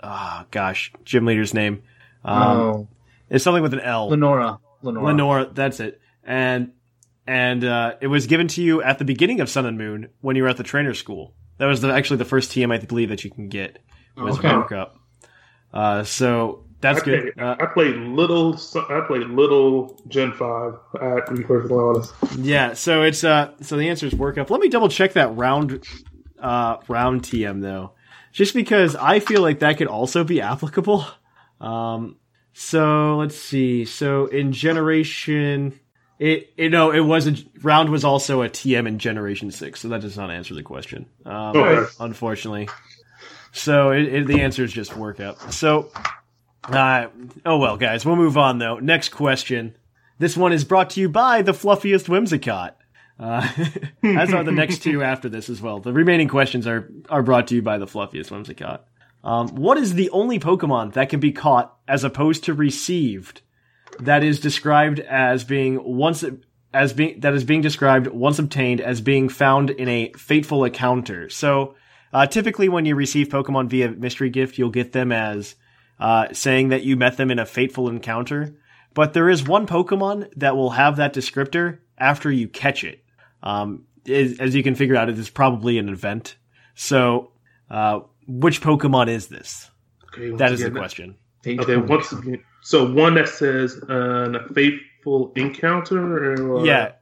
Speaker 2: Oh, gosh, gym leader's name. Um,
Speaker 10: Oh.
Speaker 2: It's something with an L.
Speaker 10: Lenora. Lenora.
Speaker 2: Oh. Lenora, that's it. And and uh, it was given to you at the beginning of Sun and Moon when you were at the trainer school. That was the, actually the first TM I believe that you can get was
Speaker 9: Okay.
Speaker 2: workup. Uh, so that's
Speaker 9: I
Speaker 2: good. Uh,
Speaker 9: Played, I played little. I played little Gen Five. I have to be perfectly honest.
Speaker 2: Yeah, so it's uh so the answer is workup. Let me double check that round uh round TM though. Just because I feel like that could also be applicable. Um so let's see. So in generation It, it no, it wasn't. Round was also a TM in Generation Six, so that does not answer the question. Um,
Speaker 9: Okay.
Speaker 2: Unfortunately, so it, it, the answer is just workup. So, uh, oh well, guys, we'll move on though. Next question. This one is brought to you by the fluffiest Whimsicott. Uh, [LAUGHS] as are the next two after this as well. The remaining questions are are brought to you by the fluffiest Whimsicott. Um, what is the only Pokemon that can be caught as opposed to received that is described as being once as being that is being described once obtained as being found in a fateful encounter. So uh, typically, when you receive Pokemon via mystery gift, you'll get them as uh, saying that you met them in a fateful encounter. But there is one Pokemon that will have that descriptor after you catch it. Um, is, as you can figure out, it is probably an event. So, uh, which Pokemon is this?
Speaker 9: Okay, once
Speaker 2: that is the
Speaker 9: again, that-
Speaker 2: question.
Speaker 9: Okay, once again, so one that says uh, a faithful encounter. Or,
Speaker 2: Yeah.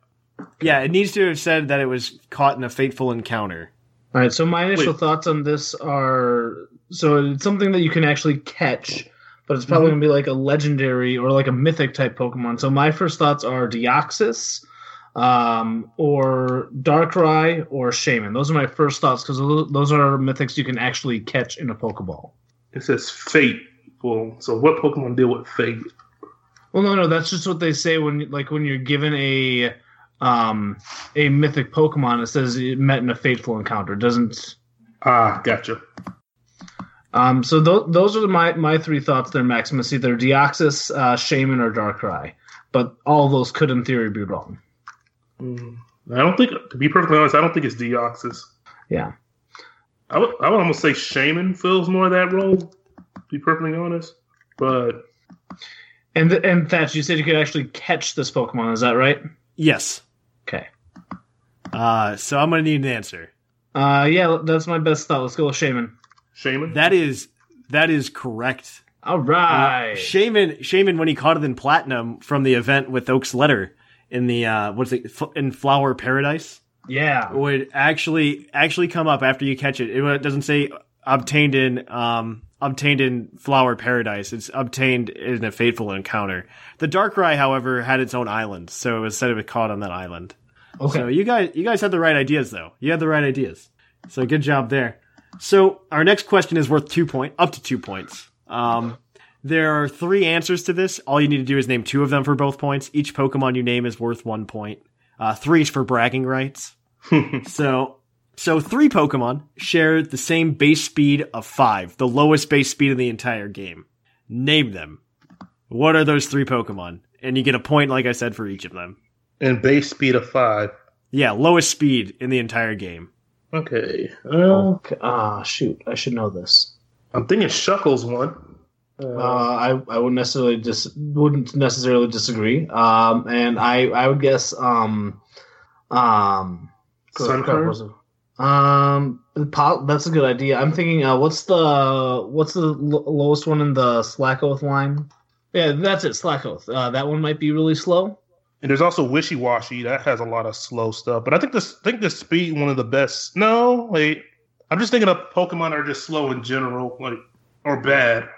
Speaker 2: Yeah, it needs to have said that it was caught in a fateful encounter.
Speaker 10: All right. So my initial
Speaker 2: Wait.
Speaker 10: thoughts on this are so it's something that you can actually catch, but it's probably
Speaker 2: Mhm.
Speaker 10: going to be like a legendary or like a mythic type Pokemon. So my first thoughts are Deoxys, um, or Darkrai, or Shaman. Those are my first thoughts because those are mythics you can actually catch in a Pokeball.
Speaker 9: It says faithful. So what Pokemon deal with faith?
Speaker 10: Well, no, no, that's just what they say when, like, when you're given a, um, a mythic Pokemon. It says it met in a fateful encounter. It doesn't.
Speaker 9: Ah, gotcha.
Speaker 10: Um, so th- those are my my three thoughts there, Maximus. Either Deoxys, uh, Shaman, or Darkrai. But all those could, in theory, be wrong.
Speaker 9: Mm, I don't think, to be perfectly honest, I don't think it's Deoxys.
Speaker 10: Yeah.
Speaker 9: I would, I would almost say Shaman fills more of that role, to be perfectly honest. But
Speaker 10: And th- and Thatch, you said you could actually catch this Pokemon. Is that right?
Speaker 2: Yes.
Speaker 10: Okay.
Speaker 2: Uh, so I'm going to need an answer.
Speaker 10: Uh, yeah, that's my best thought. Let's go with Shaman.
Speaker 9: Shaman.
Speaker 2: That is that is correct.
Speaker 10: All right.
Speaker 2: Uh, Shaman Shaman when he caught it in platinum from the event with Oak's letter in the uh what's it F- in Flower Paradise
Speaker 10: Yeah.
Speaker 2: would actually actually come up after you catch it. It doesn't say obtained in um obtained in Flower Paradise. It's obtained in a fateful encounter. The Darkrai, however, had its own island, so it was said it was caught on that island.
Speaker 10: Okay.
Speaker 2: So you guys you guys had the right ideas though. You had the right ideas. So good job there. So our next question is worth two point up to two points. Um there are three answers to this. All you need to do is name two of them for both points. Each Pokemon you name is worth one point. Uh, three is for bragging
Speaker 9: [LAUGHS]
Speaker 2: rights. so, so three Pokemon share the same base speed of five, the lowest base speed in the entire game. Name them. What are those three Pokemon? And you get a point, like I said, for each of them.
Speaker 9: and base speed of five.
Speaker 2: Yeah, lowest speed in the entire game.
Speaker 9: Okay.
Speaker 10: Okay. Oh, Ah, shoot. I should know this.
Speaker 9: I'm thinking Shuckle's one.
Speaker 10: Uh, I I wouldn't necessarily dis- wouldn't necessarily disagree. Um, and I I would guess um, um,
Speaker 9: Sun
Speaker 10: crap, what was it? Um, po- that's a good idea. I'm thinking, uh, what's the what's the l- lowest one in the Slack Oath line? Yeah, that's it, Slack Oath. Uh, that one might be really slow.
Speaker 9: And there's also Wishy Washy that has a lot of slow stuff. But I think this I think the speed one of the best. No, like I'm just thinking of Pokemon are just slow in general, like or bad.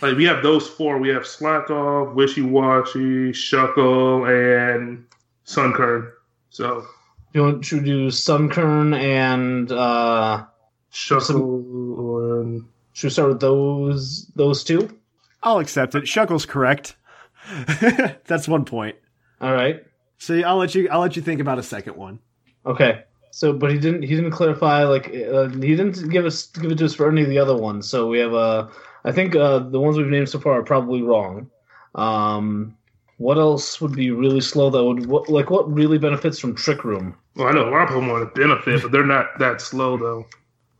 Speaker 9: Like we have those four. We have Slackoff, Wishy Washy, Shuckle, and Sunkern. So
Speaker 10: You want to do Sunkern and uh,
Speaker 9: Shuckle and
Speaker 10: should we start with those those two?
Speaker 2: I'll accept it. Shuckle's correct. [LAUGHS] That's one point.
Speaker 10: All right.
Speaker 2: So I'll let you. I'll let you think about a second one.
Speaker 10: Okay. So, but he didn't. He didn't clarify. Like uh, he didn't give us give it to us for any of the other ones. So we have Uh, I think uh, the ones we've named so far are probably wrong. Um, what else would be really slow? That would what, like what really benefits from Trick Room?
Speaker 9: well, I know a lot of Pokemon benefit, but they're not that slow though.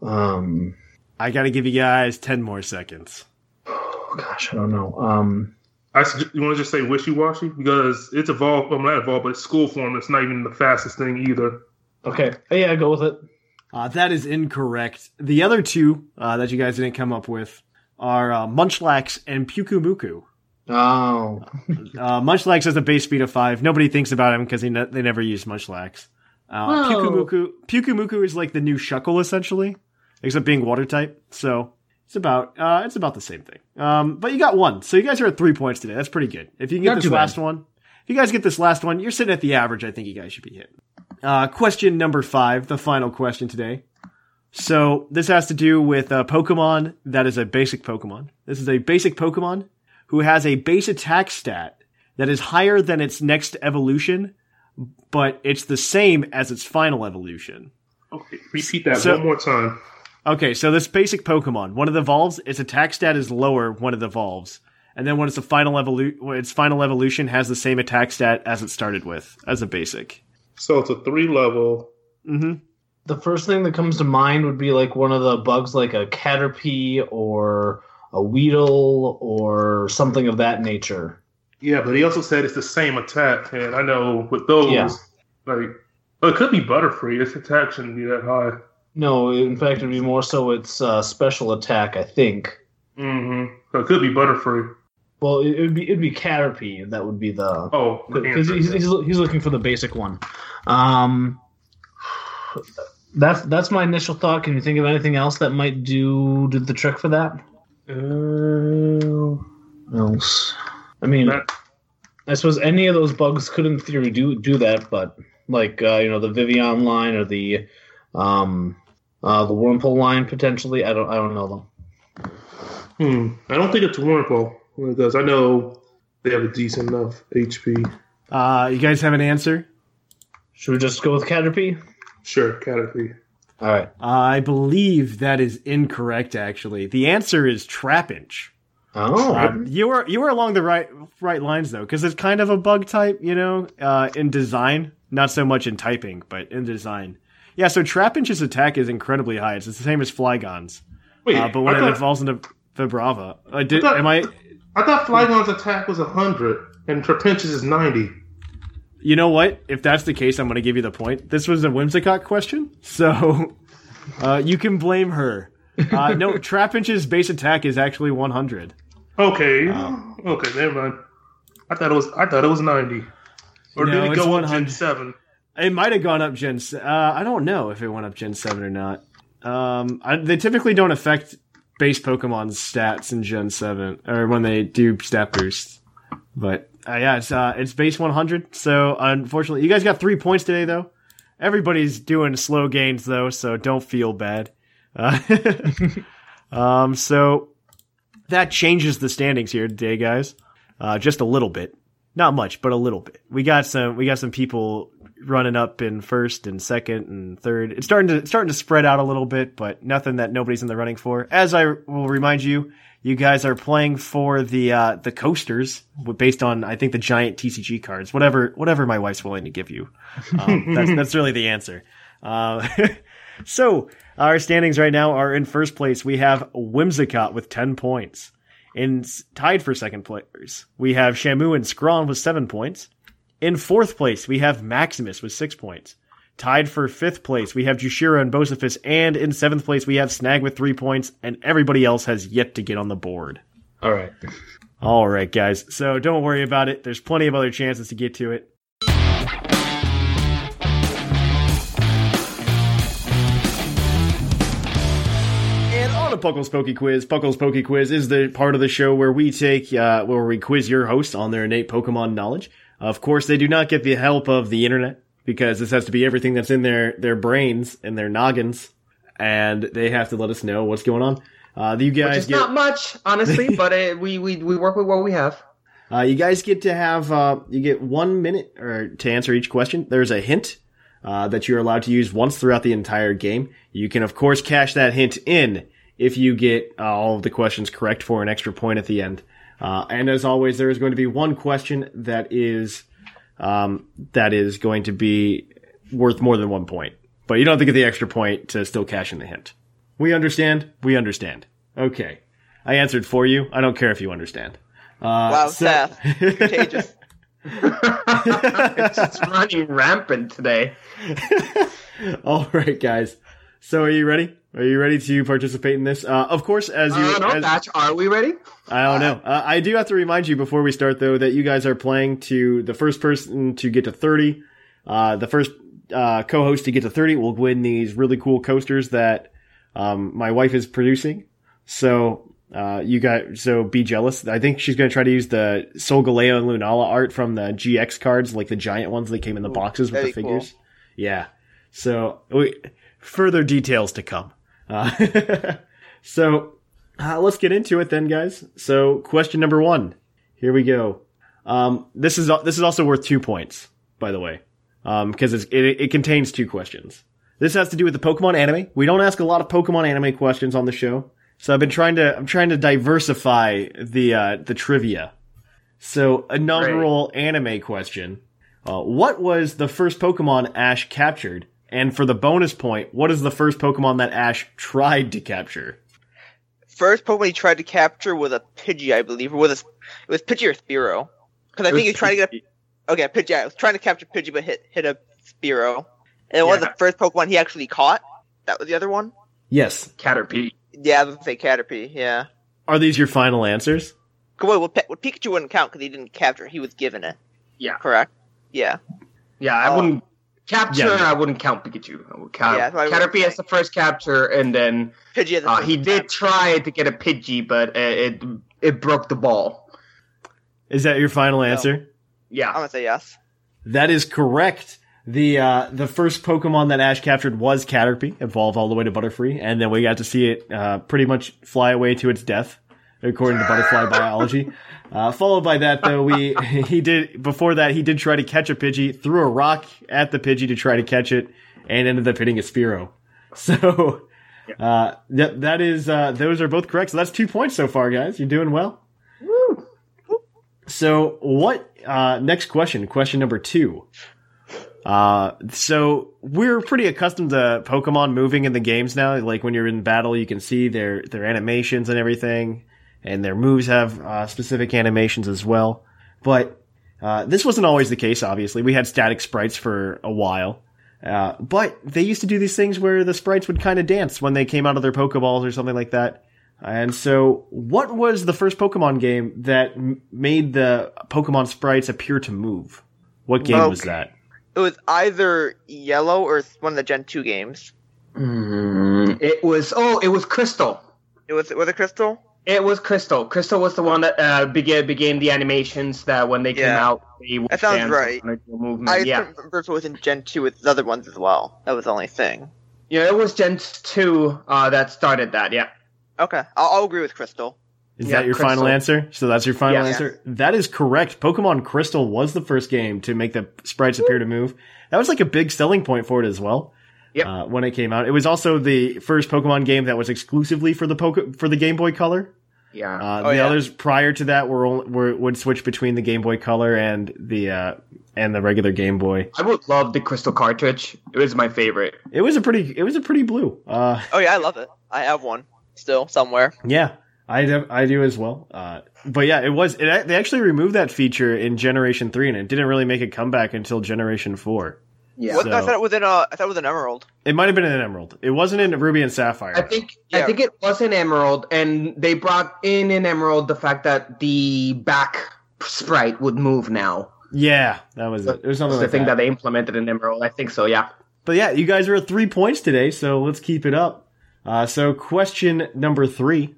Speaker 10: Um,
Speaker 2: I got to give you guys ten more seconds.
Speaker 10: Oh gosh, I don't know. Um,
Speaker 9: I sug- you want to just say Wishy Washy because it's evolved. Well, not evolved, but it's school form. It's not even the fastest thing either.
Speaker 10: Okay. Oh, Yeah, go with it.
Speaker 2: Uh, that is incorrect. The other two uh, that you guys didn't come up with are uh, Munchlax and Pukumuku.
Speaker 10: Oh.
Speaker 2: [LAUGHS] uh, Munchlax has a base speed of five. Nobody thinks about him because ne- they never use Munchlax. Uh,
Speaker 10: Whoa.
Speaker 2: Pukumuku, Pukumuku is like the new Shuckle essentially, except being water type. So it's about uh, it's about the same thing. Um, but you got one, so you guys are at three points today. That's pretty good. If you can get
Speaker 10: Not
Speaker 2: this
Speaker 10: too bad.
Speaker 2: last one, If you guys get this last one, you're sitting at the average. I think you guys should be hitting. Uh, question number five, the final question today. So this has to do with a Pokemon that is a basic Pokemon. This is a basic Pokemon who has a base attack stat that is higher than its next evolution, but it's the same as its final evolution.
Speaker 9: Okay, repeat that
Speaker 2: So-
Speaker 9: one more time.
Speaker 2: Okay, so this basic Pokemon, one of the evolves, its attack stat is lower. One of the evolves, and then when it's a final evolution, its final evolution has the same attack stat as it started with as a basic.
Speaker 9: So it's a three level.
Speaker 2: Mm-hmm.
Speaker 10: The first thing that comes to mind would be like one of the bugs, like a Caterpie or a Weedle or something of that nature.
Speaker 9: Yeah, but he also said it's the same attack, and I know with those,
Speaker 10: Yeah.
Speaker 9: like, well, it could be Butterfree. Its attack shouldn't be that high.
Speaker 10: No, in fact, it'd be more so its uh, special attack, I think.
Speaker 9: Mm-hmm. So it could be Butterfree.
Speaker 10: Well, it it would be it'd be Caterpie. That would be the
Speaker 9: oh
Speaker 10: because he's, he's he's looking for the basic one. Um, that's that's my initial thought. Can you think of anything else that might do do the trick for that? Uh, else, I mean, I suppose any of those bugs could, in theory, do do that. But like uh, you know, the Vivian line or the um, uh, the Wormhole line potentially. I don't I don't know them.
Speaker 9: Hmm. I don't think it's Wurmple because I know they have a decent enough HP.
Speaker 2: Uh, you guys have an answer?
Speaker 10: Should we just go with Caterpie?
Speaker 9: Sure, Caterpie.
Speaker 10: All right.
Speaker 2: I believe that is incorrect. Actually, the answer is Trapinch.
Speaker 10: Oh.
Speaker 2: Uh, you were you were along the right right lines though, because it's kind of a bug type, you know, uh, in design, not so much in typing, but in design. Yeah, so Trapinch's attack is incredibly high. It's the same as Flygon's.
Speaker 9: Wait,
Speaker 2: uh, but when
Speaker 9: I
Speaker 2: it
Speaker 9: thought-
Speaker 2: evolves into Vibrava, uh, did,
Speaker 9: I thought-
Speaker 2: am I?
Speaker 9: I thought Flygon's attack was hundred and Trapinch's is ninety.
Speaker 2: You know what? If that's the case, I'm going to give you the point. This was a Whimsicott question, so [LAUGHS] uh, you can blame her. Uh,
Speaker 9: [LAUGHS]
Speaker 2: no, Trapinch's base attack is actually Um, 100.
Speaker 9: Okay. Okay, never mind. I thought it was I thought it was ninety. Or
Speaker 2: No,
Speaker 9: did it
Speaker 2: it's
Speaker 9: go on
Speaker 2: 100.
Speaker 9: Gen seven?
Speaker 2: It might have gone up Gen. se- Uh, I don't know if it went up Gen Seven or not. Um, I, they typically don't affect base Pokemon's stats in Gen Seven or when they do stat boosts. But uh, yeah, it's uh, it's base 100. So unfortunately, you guys got three points today though. Everybody's doing slow gains though, so don't feel bad. Uh, [LAUGHS] um, so that changes the standings here today, guys. Uh, just a little bit, not much, but a little bit. We got some, we got some people running up in first and second and third. It's starting to it's starting to spread out a little bit, but nothing that nobody's in the running for. As I will remind you, you guys are playing for the uh, the coasters w- based on I think the giant TCG cards, whatever whatever my wife's willing to give you. Um, that's that's really the answer. Uh, [LAUGHS] so our standings right now are in first place. We have Whimsicott with ten points. In tied for second place, we have Shamu and Scrawn with seven points. In fourth place, we have Maximus with six points. Tied for fifth place, we have Jushira and Bosifus, and in seventh place, we have Snag with three points, and everybody else has yet to get on the board.
Speaker 10: All right.
Speaker 2: All right, guys. So don't worry about it. There's plenty of other chances to get to it. And on a Puckle's Pokey Quiz, Puckle's Pokey Quiz is the part of the show where we take, uh, where we quiz your host on their innate Pokemon knowledge. Of course, they do not get the help of the internet because this has to be everything that's in their, their brains and their noggins. And they have to let us know what's going on. Uh, you guys
Speaker 4: It's
Speaker 2: get,
Speaker 4: not much,
Speaker 2: [LAUGHS]
Speaker 4: honestly, but uh, we, we we work with what we have.
Speaker 2: Uh, you guys get to have uh, you get one minute or to answer each question. There's a hint uh, that you're allowed to use once throughout the entire game. You can of course cash that hint in if you get uh, all of the questions correct for an extra point at the end. Uh, and as always, there is going to be one question that is um, that is going to be worth more than one point. But you don't have to get the extra point to still cash in the hint. We understand. We understand. Okay, I answered for you. I don't care if you understand. Uh,
Speaker 4: wow,
Speaker 2: so-
Speaker 4: Seth, contagious.
Speaker 2: it's just running rampant today. [LAUGHS] All right, guys. So, are you ready? Are you ready to participate in this? Uh, of course, as you,
Speaker 4: I don't know,
Speaker 2: as-
Speaker 4: Batch, are we ready?
Speaker 2: I don't know. Uh, I do have to remind you before we start, though, that you guys are playing to the first person to get to 30, uh, the first uh, co host to get to 30 will win these really cool coasters that um, my wife is producing. So Uh, you got so be jealous. I think she's going to try to use the Solgaleo and Lunala art from the GX cards, like the giant ones that came in the boxes with the
Speaker 7: that'd be cool.
Speaker 2: figures. Yeah. So we, further details to come. Uh, [LAUGHS] so uh, let's get into it then, guys. So question number one. Here we go. Um, this is this is also worth two points, by the way, because it's it, it contains two questions. This has to do with the Pokemon anime. We don't ask a lot of Pokemon anime questions on the show, so I've been trying to I'm trying to diversify the uh, the trivia. So inaugural anime question: uh, What was the first Pokemon Ash captured? And for the bonus point, what is the first Pokemon that Ash tried to capture?
Speaker 4: First Pokemon he tried to capture was a Pidgey, I believe, or was it it was Pidgey or Spearow? Because I
Speaker 7: It
Speaker 4: think
Speaker 7: was
Speaker 4: he was trying to get a okay Pidgey. I was trying to capture Pidgey, but hit hit a Spearow, and it was the first Pokemon he actually caught. That was the other one.
Speaker 2: Yes,
Speaker 7: Caterpie.
Speaker 4: Yeah, I was gonna say Caterpie. Yeah,
Speaker 2: Are these your final answers?
Speaker 4: Good boy, well, Pe- well, Pikachu wouldn't count because he didn't capture; he was given it.
Speaker 7: Yeah.
Speaker 4: correct. Yeah,
Speaker 7: Yeah, I wouldn't capture.
Speaker 4: Yeah.
Speaker 7: I wouldn't count Pikachu. I would count
Speaker 4: Oh. Yeah, that's what I was
Speaker 7: Caterpie as the first capture, and then
Speaker 4: Pidgey. As the
Speaker 7: uh,
Speaker 4: first
Speaker 7: he did try to get a Pidgey, but uh, it it broke the ball.
Speaker 2: Is that your final answer?
Speaker 7: Yeah, I'm
Speaker 4: gonna say yes.
Speaker 2: That is correct. The uh, the first Pokemon that Ash captured was Caterpie, evolve all the way to Butterfree, and then we got to see it uh, pretty much fly away to its death, according to butterfly biology. Uh, followed by that, though, we [LAUGHS] he did before that he did try to catch a Pidgey, threw a rock at the Pidgey to try to catch it, and ended up hitting a Spearow. [LAUGHS] So uh, that that is uh, those are both correct. So that's two points so far, guys. You're doing well. So what? Uh, next question, question number two. Uh, so we're pretty accustomed to Pokemon moving in the games now. Like when you're in battle, you can see their their animations and everything, and their moves have uh, specific animations as well. But uh, this wasn't always the case. Obviously, we had static sprites for a while. Uh, but they used to do these things where the sprites would kind of dance when they came out of their Pokeballs or something like that. And so, what was the first Pokemon game that m- made the Pokemon sprites appear to move? What game was
Speaker 4: Okay.
Speaker 2: that?
Speaker 4: It was either Yellow or one of the Gen two games.
Speaker 7: It was oh, it was Crystal.
Speaker 4: It was was it Crystal?
Speaker 7: It was Crystal. Crystal was the one that uh, began became the animations that when they came
Speaker 4: Yeah.
Speaker 7: out, they would
Speaker 4: That sounds
Speaker 7: dance
Speaker 4: right.
Speaker 7: on a Movement.
Speaker 4: I
Speaker 7: yeah.
Speaker 4: remember it was in Gen two with the other ones as well. That was the only thing.
Speaker 7: Yeah, it was Gen 2 uh, that started that, yeah.
Speaker 4: Okay, I'll, I'll agree with Crystal.
Speaker 2: Is
Speaker 7: Yeah,
Speaker 2: that your
Speaker 7: Crystal.
Speaker 2: final answer? So that's your final
Speaker 7: Yeah.
Speaker 2: answer. That is correct. Pokemon Crystal was the first game to make the sprites appear to move. That was like a big selling point for it as well. Uh, when it came out, it was also the first Pokemon game that was exclusively for the Poke- for the Game Boy Color.
Speaker 7: Yeah.
Speaker 2: Uh,
Speaker 7: Oh,
Speaker 2: the
Speaker 7: yeah.
Speaker 2: others prior to that were, only, were would switch between the Game Boy Color and the uh, and the regular Game Boy.
Speaker 7: I would love the Crystal cartridge. It was my favorite.
Speaker 2: It was a pretty it was a pretty blue. Uh,
Speaker 4: Oh yeah, I love it. I have one still somewhere.
Speaker 2: Yeah, I do, I do as well. Uh, but yeah, it was it, ac- they actually removed that feature in Generation Three, and it didn't really make a comeback until Generation Four.
Speaker 7: Yeah,
Speaker 4: What- I thought it was in uh, I thought it was an Emerald.
Speaker 2: it might have been an Emerald. It wasn't in Ruby and Sapphire.
Speaker 7: I think I think it was an emerald, and they brought in an emerald the fact that the back sprite would move now.
Speaker 2: yeah, that was it. It was something
Speaker 7: That's the
Speaker 2: like
Speaker 7: thing that.
Speaker 2: that.
Speaker 7: they implemented in emerald. I think so. Yeah.
Speaker 2: But yeah, you guys are at three points today, so let's keep it up. Uh, so question number three.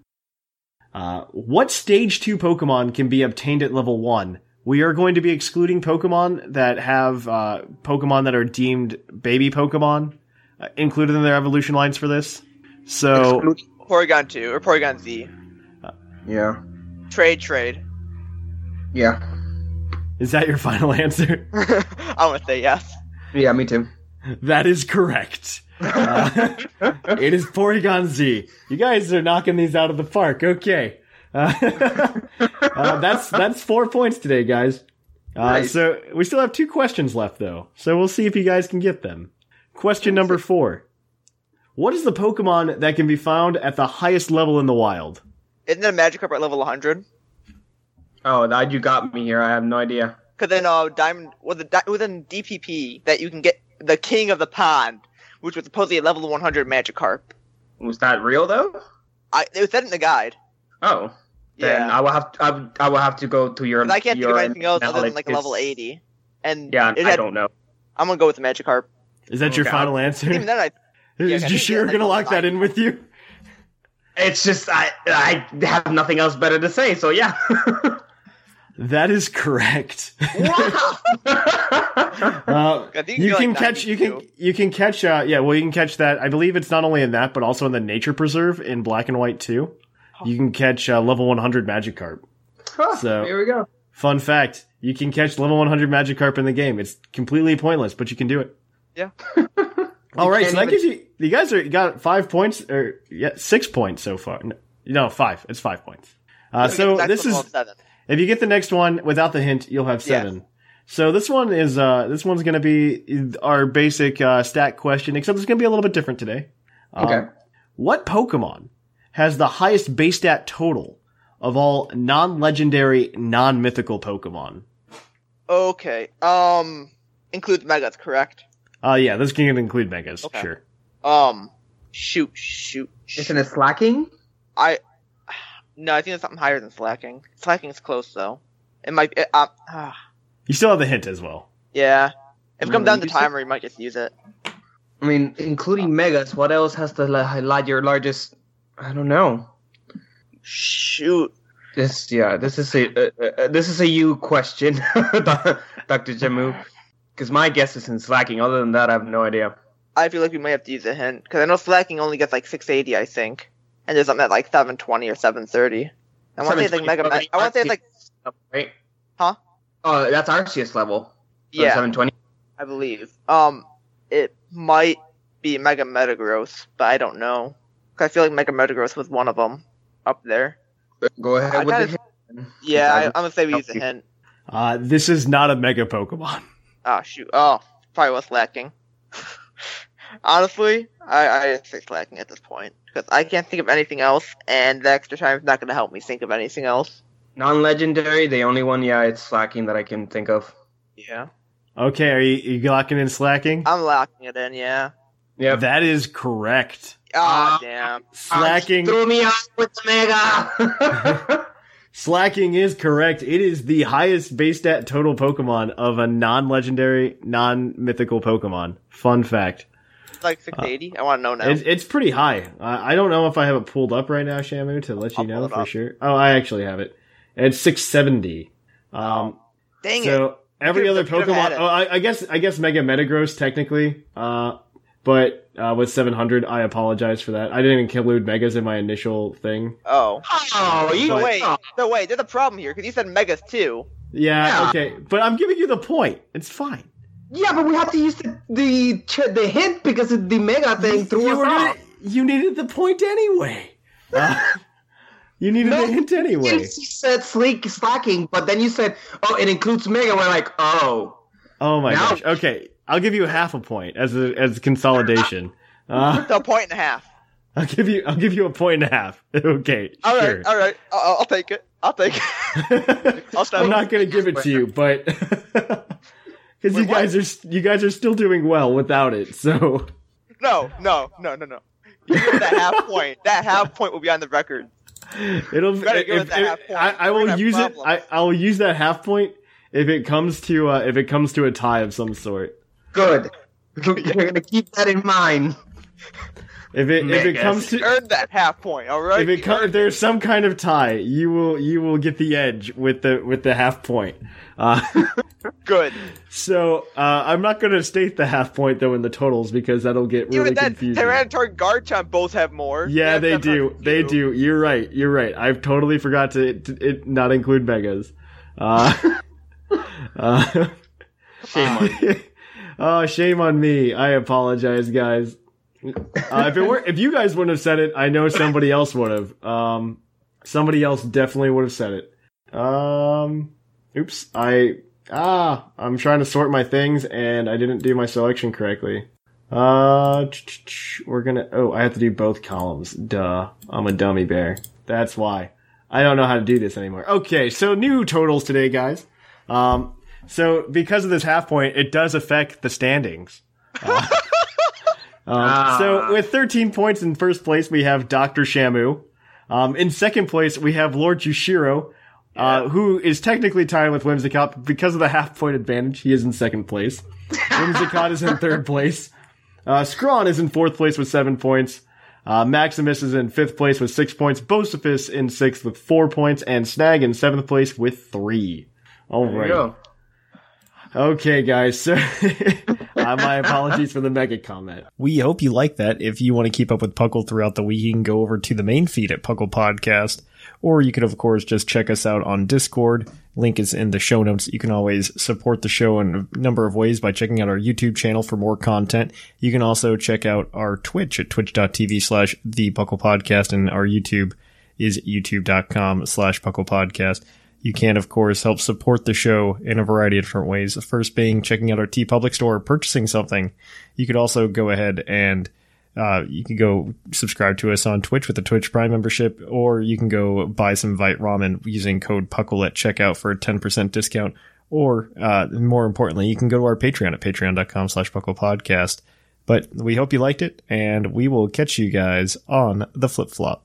Speaker 2: Uh, what stage two Pokemon can be obtained at level one? We are going to be excluding Pokemon that have uh, Pokemon that are deemed baby Pokemon uh, included in their evolution lines for this. So
Speaker 4: Porygon two or Porygon Z.
Speaker 7: Yeah.
Speaker 4: Trade trade.
Speaker 7: Yeah.
Speaker 2: Is that your [LAUGHS] final answer?
Speaker 4: I want to say yes.
Speaker 7: Yeah, me too.
Speaker 2: That is correct. Uh, it is Porygon Z. You guys are knocking these out of the park. Okay. Uh, [LAUGHS] uh, that's that's four points today, guys. Uh,
Speaker 7: Nice.
Speaker 2: So we still have two questions left, though. So we'll see if you guys can get them. Question number four: What is the Pokemon that can be found at the highest level in the wild?
Speaker 4: Isn't it a Magikarp at level 100?
Speaker 7: Oh, that you got me here. I have no idea.
Speaker 4: Because then uh, Diamond was the within DPP that you can get the King of the Pond, which was supposedly a level 100 Magikarp.
Speaker 7: Was that real though?
Speaker 4: I it was said in the guide.
Speaker 7: Oh. Then
Speaker 4: Yeah.
Speaker 7: I will have to, I, would- I will have to go to your.
Speaker 4: But I can't think of
Speaker 7: your
Speaker 4: anything else other than
Speaker 7: knowledge.
Speaker 4: like a level 80. And
Speaker 7: Yeah,
Speaker 4: it
Speaker 7: I
Speaker 4: had-
Speaker 7: don't know.
Speaker 4: I'm gonna go with the Magikarp.
Speaker 2: Is that your [LAUGHS]
Speaker 7: Okay.
Speaker 2: final answer?
Speaker 4: Even then, I
Speaker 2: Is you sure you're gonna lock that in with you?
Speaker 11: It's just I I have nothing else better to say. So yeah.
Speaker 2: That is correct. [LAUGHS] Uh,
Speaker 4: I think
Speaker 2: you
Speaker 4: you're,
Speaker 2: can
Speaker 4: like,
Speaker 2: catch you can you can catch uh, yeah well you can catch that I believe it's not only in that but also in the nature preserve in black and white too. You can catch uh, level 100 Magikarp. So
Speaker 10: Here we go.
Speaker 2: fun fact, you can catch level 100 Magikarp in the game. It's completely pointless, but you can do it.
Speaker 4: Yeah.
Speaker 2: All right, so that
Speaker 4: can't even-
Speaker 2: gives you you guys are you got 5 points or yeah 6 points so far. No, no 5. It's 5 points. Uh, so this is if you get the next one without the hint, you'll have seven. So this one is uh this one's gonna be our basic uh, stat question, except it's gonna be a little bit different today. Um,
Speaker 10: Okay.
Speaker 2: What Pokemon has the highest base stat total of all non-legendary, non-mythical Pokemon?
Speaker 4: Okay. Um, includes Megas, correct?
Speaker 2: Uh yeah, this can include Megas, sure.
Speaker 4: Um, shoot, shoot.
Speaker 2: Isn't it slacking?
Speaker 4: I no, I think it's something higher than slacking. Slacking's close though. It might. It, uh, ah,
Speaker 2: You still have the hint as well.
Speaker 4: yeah. If it comes
Speaker 6: Mm,
Speaker 4: down to
Speaker 6: you said-
Speaker 4: timer, you might just use it.
Speaker 6: I mean, including megas. What else has the la- la- your largest? I don't know.
Speaker 4: Shoot.
Speaker 6: This yeah. This is a uh, uh, this is a you question, [LAUGHS] Doctor Jamu. Because my guess is in slacking. Other than that, I have no idea.
Speaker 4: I feel like we might have to use a hint because I know slacking only gets like 680, I think, and there's something at like 720 or 730. I want to say it's like Mega. Man- I want to say it's like
Speaker 6: right.
Speaker 4: Huh?
Speaker 6: Oh, that's Arceus level.
Speaker 4: Yeah.
Speaker 6: Seven twenty.
Speaker 4: I believe. Um, it might be Mega Metagross, but I don't know. 'Cause I feel like Mega Metagross was one of them up there.
Speaker 6: Go ahead
Speaker 4: I
Speaker 6: with
Speaker 4: gotta-
Speaker 6: the hint.
Speaker 4: Yeah, I,
Speaker 6: Okay.
Speaker 4: I'm gonna say we use a
Speaker 6: Okay.
Speaker 4: hint.
Speaker 2: Uh this is not a mega Pokemon.
Speaker 4: Oh shoot. Oh, probably was lacking. [LAUGHS] Honestly, I I think lacking at this point because I can't think of anything else, and the extra time is not gonna help me think of anything else.
Speaker 6: Non-legendary. The only one, yeah, it's slacking that I can think of.
Speaker 4: Yeah.
Speaker 2: Okay, are you, you locking and slacking?
Speaker 4: I'm locking it in. Yeah.
Speaker 2: Yeah. That is correct.
Speaker 4: Ah, damn.
Speaker 2: Slacking
Speaker 6: Threw me off with Mega.
Speaker 2: Slacking is correct. It is the highest base stat total Pokemon of a non-legendary, non-mythical Pokemon. Fun fact.
Speaker 4: It's like 680. I want to know now.
Speaker 2: It's, it's pretty high. I, I don't know if I have it pulled up right now, Shamu, to let you know for sure. Oh, I actually have it. It's 670. Um,
Speaker 4: Dang
Speaker 2: so
Speaker 4: it.
Speaker 2: every
Speaker 4: You
Speaker 2: other
Speaker 4: could've- you could've had
Speaker 2: Pokemon.
Speaker 4: it.
Speaker 2: Oh, I, I guess I guess Mega Metagross technically, uh, but uh, with 700, I apologize for that. I didn't even include Megas in my initial thing.
Speaker 4: Oh.
Speaker 6: Oh,
Speaker 2: you-
Speaker 4: no wait, no wait. There's a problem here because you said megas too.
Speaker 2: Yeah, okay, but I'm giving you the point. It's fine.
Speaker 6: Yeah, but we have to use the the, ch- the hint because of the mega thing threw us
Speaker 2: were gonna-
Speaker 6: off.
Speaker 2: You needed the point anyway. Uh, [LAUGHS] you needed a hint anyway.
Speaker 6: You said sleek slacking, but then you said, "Oh, it includes mega." We're like, "Oh,
Speaker 2: Oh my
Speaker 6: Now-
Speaker 2: gosh. Okay, I'll give you half a point as a, as
Speaker 6: [LAUGHS]
Speaker 2: consolidation. Uh,
Speaker 4: So a point and a half.
Speaker 2: I'll give you I'll give you a point and a half. [LAUGHS] Okay,
Speaker 4: All right,
Speaker 2: sure.
Speaker 4: all right. I'll, I'll take it. I'll take
Speaker 2: [LAUGHS]
Speaker 4: it. I'll stop.
Speaker 2: I'm not gonna give it to you, but [LAUGHS] because you guys are s- you guys are still doing well without it. So [LAUGHS]
Speaker 4: No, no, no, no, no. You give it that half point. That half point will be on the record.
Speaker 2: it'll
Speaker 4: You better give us
Speaker 2: if-
Speaker 4: that
Speaker 2: if-
Speaker 4: half point.
Speaker 2: I, I will
Speaker 4: gonna have
Speaker 2: use it. I, I will use that half point if it comes to uh, if it comes to a tie of some sort.
Speaker 4: [LAUGHS]
Speaker 6: good." You're gonna keep that in mind.
Speaker 2: If it if it
Speaker 6: Megas.
Speaker 2: comes to
Speaker 4: Earn that half point. All right.
Speaker 2: if it co- if there's some kind of tie, you will you will get the edge with the with the half point. Uh,
Speaker 4: [LAUGHS] Good.
Speaker 2: So uh, I'm not going to state the half point though in the totals because that'll get really
Speaker 4: Even then,
Speaker 2: confusing.
Speaker 4: Tyranitar and Garchomp both have more.
Speaker 2: yeah, they do. They do. You're right. You're right. I've totally forgot to, to it, not include megas. Uh, [LAUGHS] uh,
Speaker 11: Shame on
Speaker 2: you. oh, shame on me. I apologize, guys. Uh, if it were, if you guys wouldn't have said it, I know somebody else would have. Um, somebody else definitely would have said it. Um, oops, I ah, I'm trying to sort my things and I didn't do my selection correctly. Uh, ch- ch- ch- we're gonna. Oh, I have to do both columns. Duh, I'm a dummy bear. That's why. I don't know how to do this anymore. Okay, so new totals today, guys. Um, so because of this half point, it does affect the standings. Uh, [LAUGHS] um, So with 13 points in first place, we have Doctor Shamu. Um, in second place, we have Lord Yushiro, uh, who is technically tied with Whimsicott but because of the half point advantage. He is in second
Speaker 6: [LAUGHS]
Speaker 2: place. Whimsicott is in third place. Uh, Scrawn is in fourth place with seven points.
Speaker 12: Uh, Maximus is in fifth place with six points. Bosephus in sixth with four points, and Snag in seventh place with three. All
Speaker 6: There you
Speaker 12: right.
Speaker 6: go.
Speaker 12: Okay, guys.
Speaker 2: [LAUGHS]
Speaker 12: So, uh, my apologies for the mega comment.
Speaker 2: We hope you like that. If you want to keep up with Puckle throughout the week, you can go over to the main feed at Puckle Podcast, or you can, of course, just check us out on Discord. Link is in the show notes. You can always support the show in a number of ways by checking out our YouTube channel for more content. You can also check out our Twitch at twitch.tv slash the Puckle Podcast, and our YouTube is youtube.com slash Puckle Podcast. You can, of course, help support the show in a variety of different ways. The first being checking out our T Public store or purchasing something. You could also go ahead and uh, you can go subscribe to us on Twitch with the Twitch Prime membership, or you can go buy some Vite Ramen using code Puckle at checkout for a 10% discount. Or uh, more importantly, you can go to our Patreon at patreon.com slash Puckle Podcast. But we hope you liked it, and we will catch you guys on the flip flop.